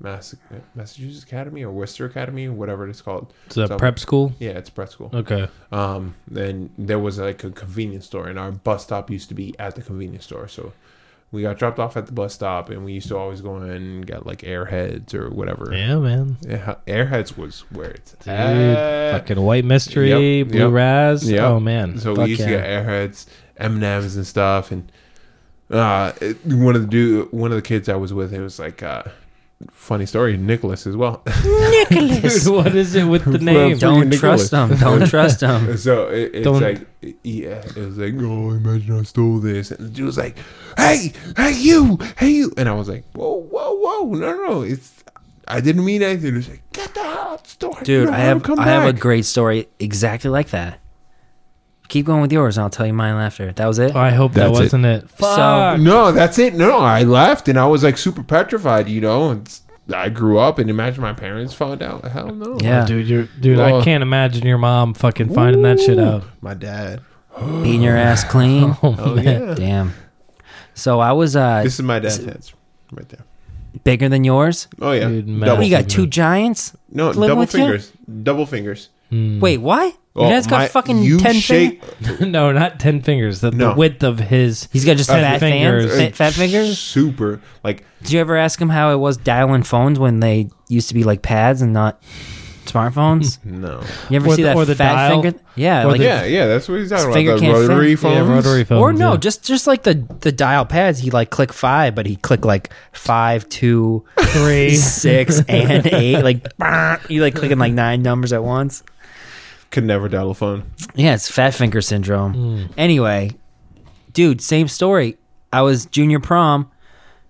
Mass Massachusetts Academy or Worcester Academy, whatever it's called.
It's a
So-
prep school.
Yeah, it's prep school.
Okay.
Um, and there was like a convenience store, and our bus stop used to be at the convenience store. So we got dropped off at the bus stop, and we used to always go in and get like airheads or whatever.
Yeah, man.
Yeah, Airheads was where it's
Dude,
at.
fucking white mystery,
Yep,
blue
yep,
raz.
yep.
Oh man.
So
Fuck
we used
yeah.
to get Airheads, M and M's and stuff, and uh, it- one of the dude, one of the kids I was with, it was like, uh, funny story, Nicholas as well.
Nicholas,
[LAUGHS] Dude, what is
[LAUGHS]
it with the name?
Don't-
don't trust
Nicholas.
them.
[LAUGHS]
Don't trust them.
so it, it's
Don't-
like, yeah, it was like, oh, imagine I stole this, and the dude was like, hey, hey you, hey you, and I was like, whoa, whoa, whoa, no, no, it's. I didn't mean anything. It was like, get the hell out of the store.
Dude,
You
I
don't
have
come
I have a
back."
great story exactly like that. Keep going with yours, and I'll tell you mine after. That was it.
I hope that
That's it.
wasn't it. Fuck.
No, that's it. No, I left and I was like super petrified, you know. It's, I grew up and imagine my parents found out. Hell no.
Yeah,
Dude, you're, dude,
Oh.
I can't imagine your mom fucking finding that shit out. [LAUGHS]
[LAUGHS]
My dad.
beating your ass clean.
Oh yeah.
Damn. So I was uh,
This is my dad's heads right there.
bigger than yours.
Oh yeah.
Dude, man.
What,
double
you got two giants?
no
living
double
with you?
fingers. Double fingers.
Mm.
Wait, what?
Oh,
Your dad's got
my-
fucking
you
ten
shake-
fingers.
no, not ten fingers. The,
No.
the width of his.
He's got just
Ten
fat fingers.
fingers.
Fat, fat fingers.
Super. Like
Did you ever ask him how it was dialing phones when they used to be like pads and not
[LAUGHS]
smartphones?
no.
You ever
Or
see
the-
that
or the
fat
dial?
finger? Yeah,
Or
like
the-
Yeah, yeah, that's what he's talking
Finger
about. The
can't
rotary
fit?
phones.
Yeah, rotary phones.
or no,
yeah.
just just like the the dial pads. He like click five, but he click like five, two,
[LAUGHS] three.
six, and eight.
[LAUGHS]
Like [LAUGHS] brrr, you like clicking like nine numbers at once.
Could never dial a phone.
Yeah, it's fat finger syndrome. Anyway, dude, same story. I was junior prom.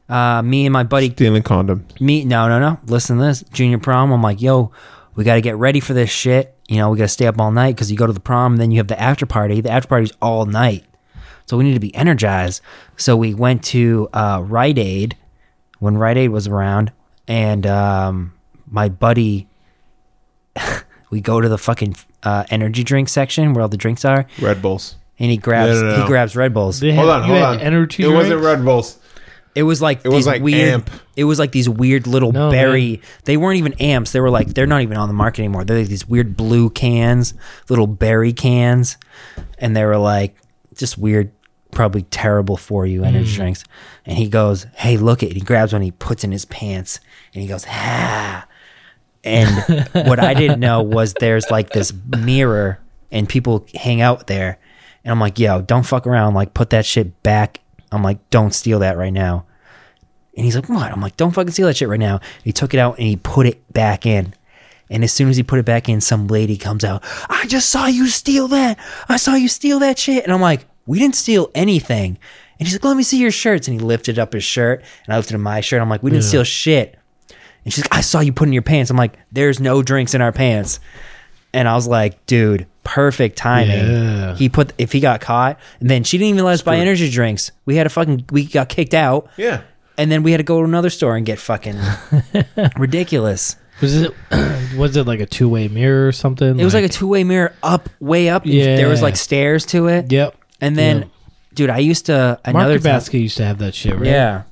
Uh, me and my buddy,
Stealing condoms.
me, no, no, no. Listen to this. Junior prom. I'm like, yo, we got to get ready for this shit. You know, we got to stay up all night because you go to the prom, then you have the after party. The after party's all night. So we need to be energized. So we went to uh, Rite Aid when Rite Aid was around, and um, my buddy, [LAUGHS] we go to the fucking uh, energy drink section where all the drinks are,
Red Bulls.
and he grabs
No, no, no.
he grabs Red Bulls.
They
Hold on,
had- you
hold
had
on.
Energy
it wasn't
drinks?
Red Bulls.
It was like
was
these
like
weird.
amp.
It was like these weird little
No,
berry. They weren't even amps. They were like they're not even on the market anymore. They're like these weird blue cans, little berry cans, and they were like just weird, probably terrible for you energy drinks. And he goes, "Hey, look it!" He grabs one, he puts in his pants, and he goes, "Ha!" And what I didn't know was there's like this mirror and people hang out there. And I'm like, yo, don't fuck around. Like, put that shit back. I'm like, don't steal that right now. And he's like, what? I'm like, don't fucking steal that shit right now. he took it out and he put it back in. And as soon as he put it back in, some lady comes out. I just saw you steal that. I saw you steal that shit. And I'm like, we didn't steal anything. And he's like, let me see your shirts. And he lifted up his shirt and I lifted up my shirt. I'm like, we didn't steal shit. And she's like, I saw you put in your pants. I'm like, there's no drinks in our pants. And I was like, dude, perfect timing.
Yeah.
He put if he got caught, and then she didn't even let us buy energy drinks. We had a fucking we got kicked out,
Yeah.
and then we had to go to another store and get
[LAUGHS]
fucking ridiculous.
Was it? [CLEARS THROAT] was it like a two way mirror or something?
It was like a two way mirror up, way up.
Yeah.
There was like stairs to it.
Yep.
And then,
Yeah.
dude, I used to another
Market
time-
Basket used to have that shit, right?
Yeah.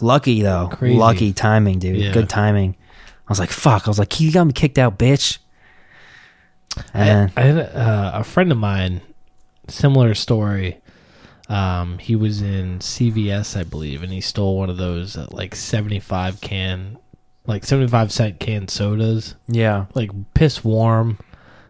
Lucky though.
Crazy.
Lucky timing, dude.
Yeah.
Good timing. I was like, fuck. I was like, you got me kicked out, bitch. And
I had a, uh, a friend of mine, similar story. Um, he was in CVS, I believe, and he stole one of those uh, like seventy-five can, like seventy-five cent can sodas,
Yeah.
like piss warm.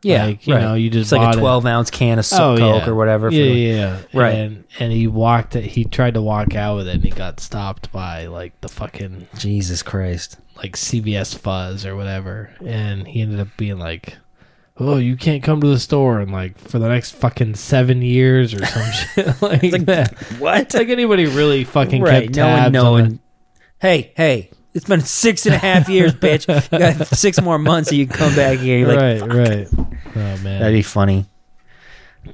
Yeah.
Like, you know, you just
it's like
bought
a
it. Oh,
12 ounce can of so- Coke or whatever. for
Yeah,
like-
yeah, yeah.
Right.
And, and he walked. He tried to walk out with it, and he got stopped by like the fucking
Jesus Christ.
like CVS Fuzz or whatever, and he ended up being like, "Oh, you can't come to the store," and like for the next fucking seven years or some [LAUGHS] shit like,
[LAUGHS]
that.
What?
Like anybody really fucking
Right.
kept
No one
tabs on it.
knowing. Hey, hey. It's been six and a half years, bitch. You got six more months, and you come back here. You're like,
right, right. Oh man,
That'd be funny.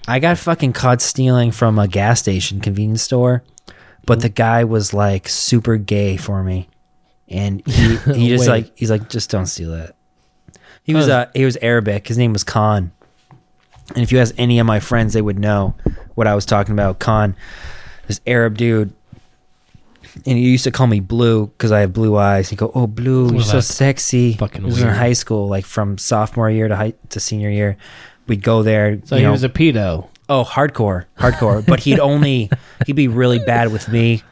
I got fucking caught stealing from a gas station convenience store, but the guy was like super gay for me, and
[LAUGHS]
he, he just
Wait.
like he's like just don't steal that. He was
Huh.
uh he was Arabic. His name was Khan, and if you ask any of my friends, they would know what I was talking about. Khan, this Arab dude. And he used to call me blue because I have blue eyes. He'd go, "Oh, blue, you're
Well,
so
that's
sexy."
fucking
This was in
weird.
high school, like from sophomore year to high to senior year. We'd go there.
so
you
he
know,
was a pedo.
oh hardcore, hardcore. but he'd
[LAUGHS]
only he'd be really bad with me,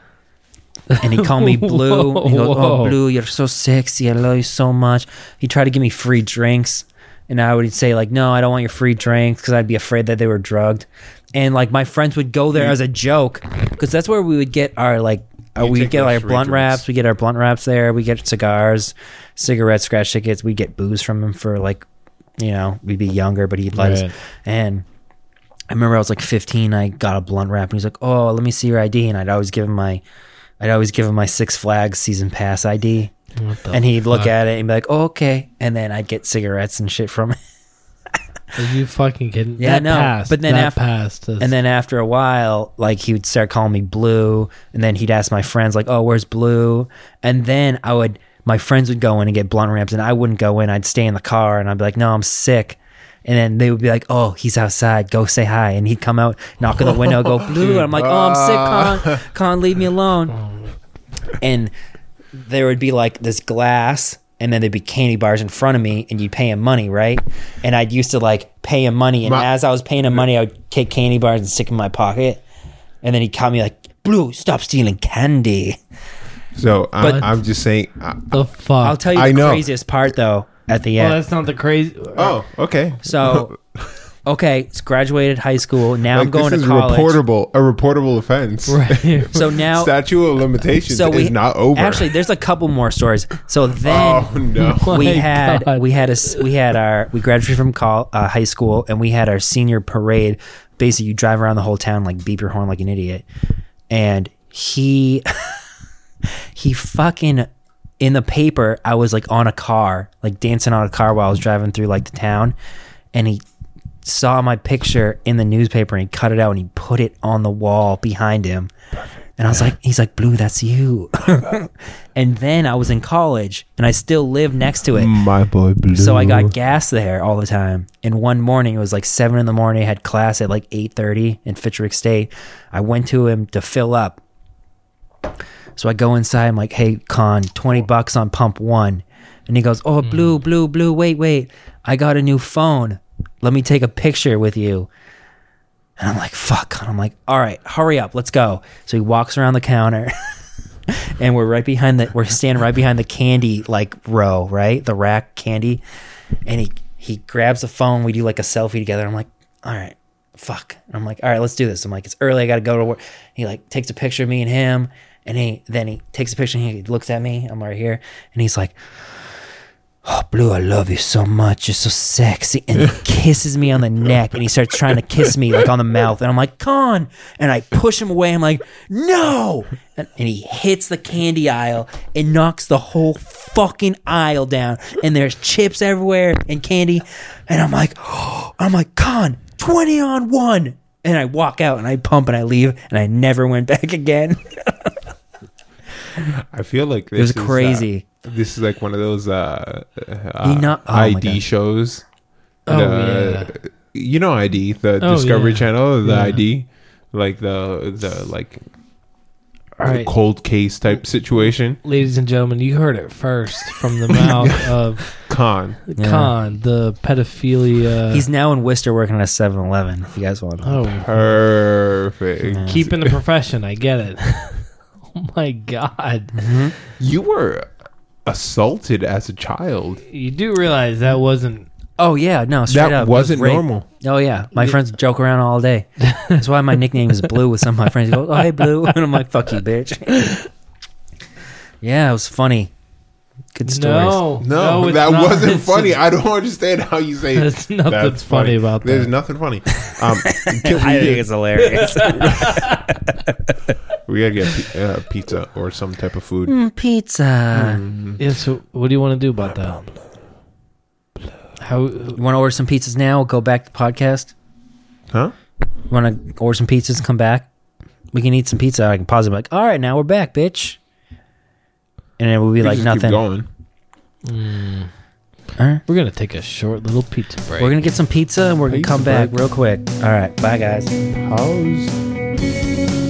and he'd call me blue.
Whoa,
he goes,
whoa.
"Oh, blue, you're so sexy. I love you so much." He'd try to give me free drinks, and I would say like, "No, I don't want your free drinks," because I'd be afraid that they were drugged. And like my friends would go there as a joke, because that's where we would get our like. Uh,
You
we
take
get
those
our
free
blunt
drinks.
wraps. We get our blunt wraps there. We get cigars, cigarettes, scratch tickets. We get booze from him for like, you know, we'd be younger, but he'd let
Right.
us. And I remember I was like 15. I got a blunt wrap, and he's like, "Oh, let me see your ID." And I'd always give him my, I'd always give him my Six Flags season pass ID,
What the
and he'd look
fuck?
at it and be like, oh, "Okay." And then I'd get cigarettes and shit from it.
Are you fucking kidding?
Yeah,
that
no,
Passed.
but then
that
af-
passed. us.
And then after a while, like he would start calling me Blue, and then he'd ask my friends like, "Oh, where's Blue?" And then I would, my friends would go in and get blunt ramps, and I wouldn't go in. I'd stay in the car, and I'd be like, "No, I'm sick." And then they would be like, "Oh, he's outside. Go say hi." And he'd come out, knock on the window, go blue. And I'm like, "Oh, I'm sick, Con. Con, leave me alone." And there would be like this glass and then there'd be candy bars in front of me and you'd pay him money right and i'd used to like pay him money and
My-
as i was paying him money i would take candy bars and stick 'em in my pocket and then he'd call me like blue stop stealing candy
So I,
But-
I'm just saying. I,
the fuck.
i'll tell you
I
the
know.
craziest part though at the
Well,
end
that's not the crazy.
oh, okay. [LAUGHS]
so okay it's graduated high school now i'm
Like,
going
this
to
is
college
reportable, a reportable offense. [LAUGHS]
Right.
so now
Statue of limitations
so we
is not over.
actually there's a couple more stories so then [LAUGHS]
oh no.
we
My
had
God.
we had a s- we had our we graduated from col- uh, high school and we had our senior parade. Basically, you drive around the whole town like beep your horn like an idiot, and he [LAUGHS] he fucking in the paper. I was like on a car, like dancing on a car while I was driving through like the town, and he saw my picture in the newspaper and he cut it out and he put it on the wall behind him. And I was like, he's like, Blue, that's you. [LAUGHS] and then I was in college and I still live next to it.
My boy Blue.
So I got gas there all the time. And one morning it was like seven in the morning. I had class at like eight thirty in Fitchwick State. I went to him to fill up. So I go inside. I'm like, "Hey, con, twenty bucks on pump one," and he goes, "Oh, blue, blue, blue. Wait, wait. I got a new phone. Let me take a picture with you." And I'm like, "Fuck, con." I'm like, "All right, hurry up, let's go." So he walks around the counter. and we're right behind the we're standing right behind the candy like row, right? The rack candy. And he he grabs the phone, we do like a selfie together. I'm like, all right, fuck. And I'm like, all right, let's do this. I'm like, it's early, I gotta go to work. He like takes a picture of me and him, and he then he takes a picture and he looks at me, I'm right here, and he's like Oh, Blue, I love you so much. You're so sexy.
[LAUGHS]
And he kisses me on the neck and he starts trying to kiss me like on the mouth. And I'm like, Con. And I push him away. I'm like, no. And, and he hits the candy aisle and knocks the whole fucking aisle down. And there's chips everywhere and candy. And I'm like, [GASPS] I'm like, Con, 20 on one. And I walk out and I pump and I leave and I never went back [LAUGHS] again.
I feel like this
was
is, uh,
crazy.
this is like one of those uh,
He
uh,
not- oh my
ID
God.
shows.
Oh,
The- You know ID, the
Oh,
Discovery
yeah.
Channel, the
Yeah.
ID, like the the like.
right.
cold case type situation.
Ladies and gentlemen, you heard it first from
[LAUGHS]
the mouth of
Con.
Khan, the pedophilia.
He's now in Worcester working at a 7 Eleven, if you guys want to know.
oh,
Perfect.
keeping the profession. I get it. [LAUGHS] oh my god,
You were assaulted as a child.
you do realize that wasn't
Oh, yeah. No, straight
that
up. it was
wasn't
rape.
normal.
Oh, yeah. My friends joke around all day. That's why my nickname is Blue with some of my friends. They go, oh, hey, Blue. [LAUGHS] And I'm like, fuck you, bitch. yeah, it was funny. Good stories.
no,
No,
it's
that
not.
wasn't
It's-
funny. I don't understand how you say
[LAUGHS] There's nothing funny about
There's
that.
nothing
[LAUGHS]
funny. Um,
[LAUGHS]
can
I
we,
think
get,
it's hilarious.
we gotta get pi- uh, pizza or some type of
Mm.
food.
Pizza.
Yeah, so what do you want to do about that? How
You want to order some pizzas now? Go back to the podcast.
Huh?
You want to order some pizzas and come back? We can eat some pizza. I can pause it. and be Like, all right, now we're back, bitch. And it would be
We
like
just
nothing.
Keep going.
Huh?
we're gonna take a short little pizza break.
We're gonna get some pizza and we're gonna
Pizza
come back
break.
real quick. All right, bye guys.
How's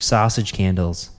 Sausage candles.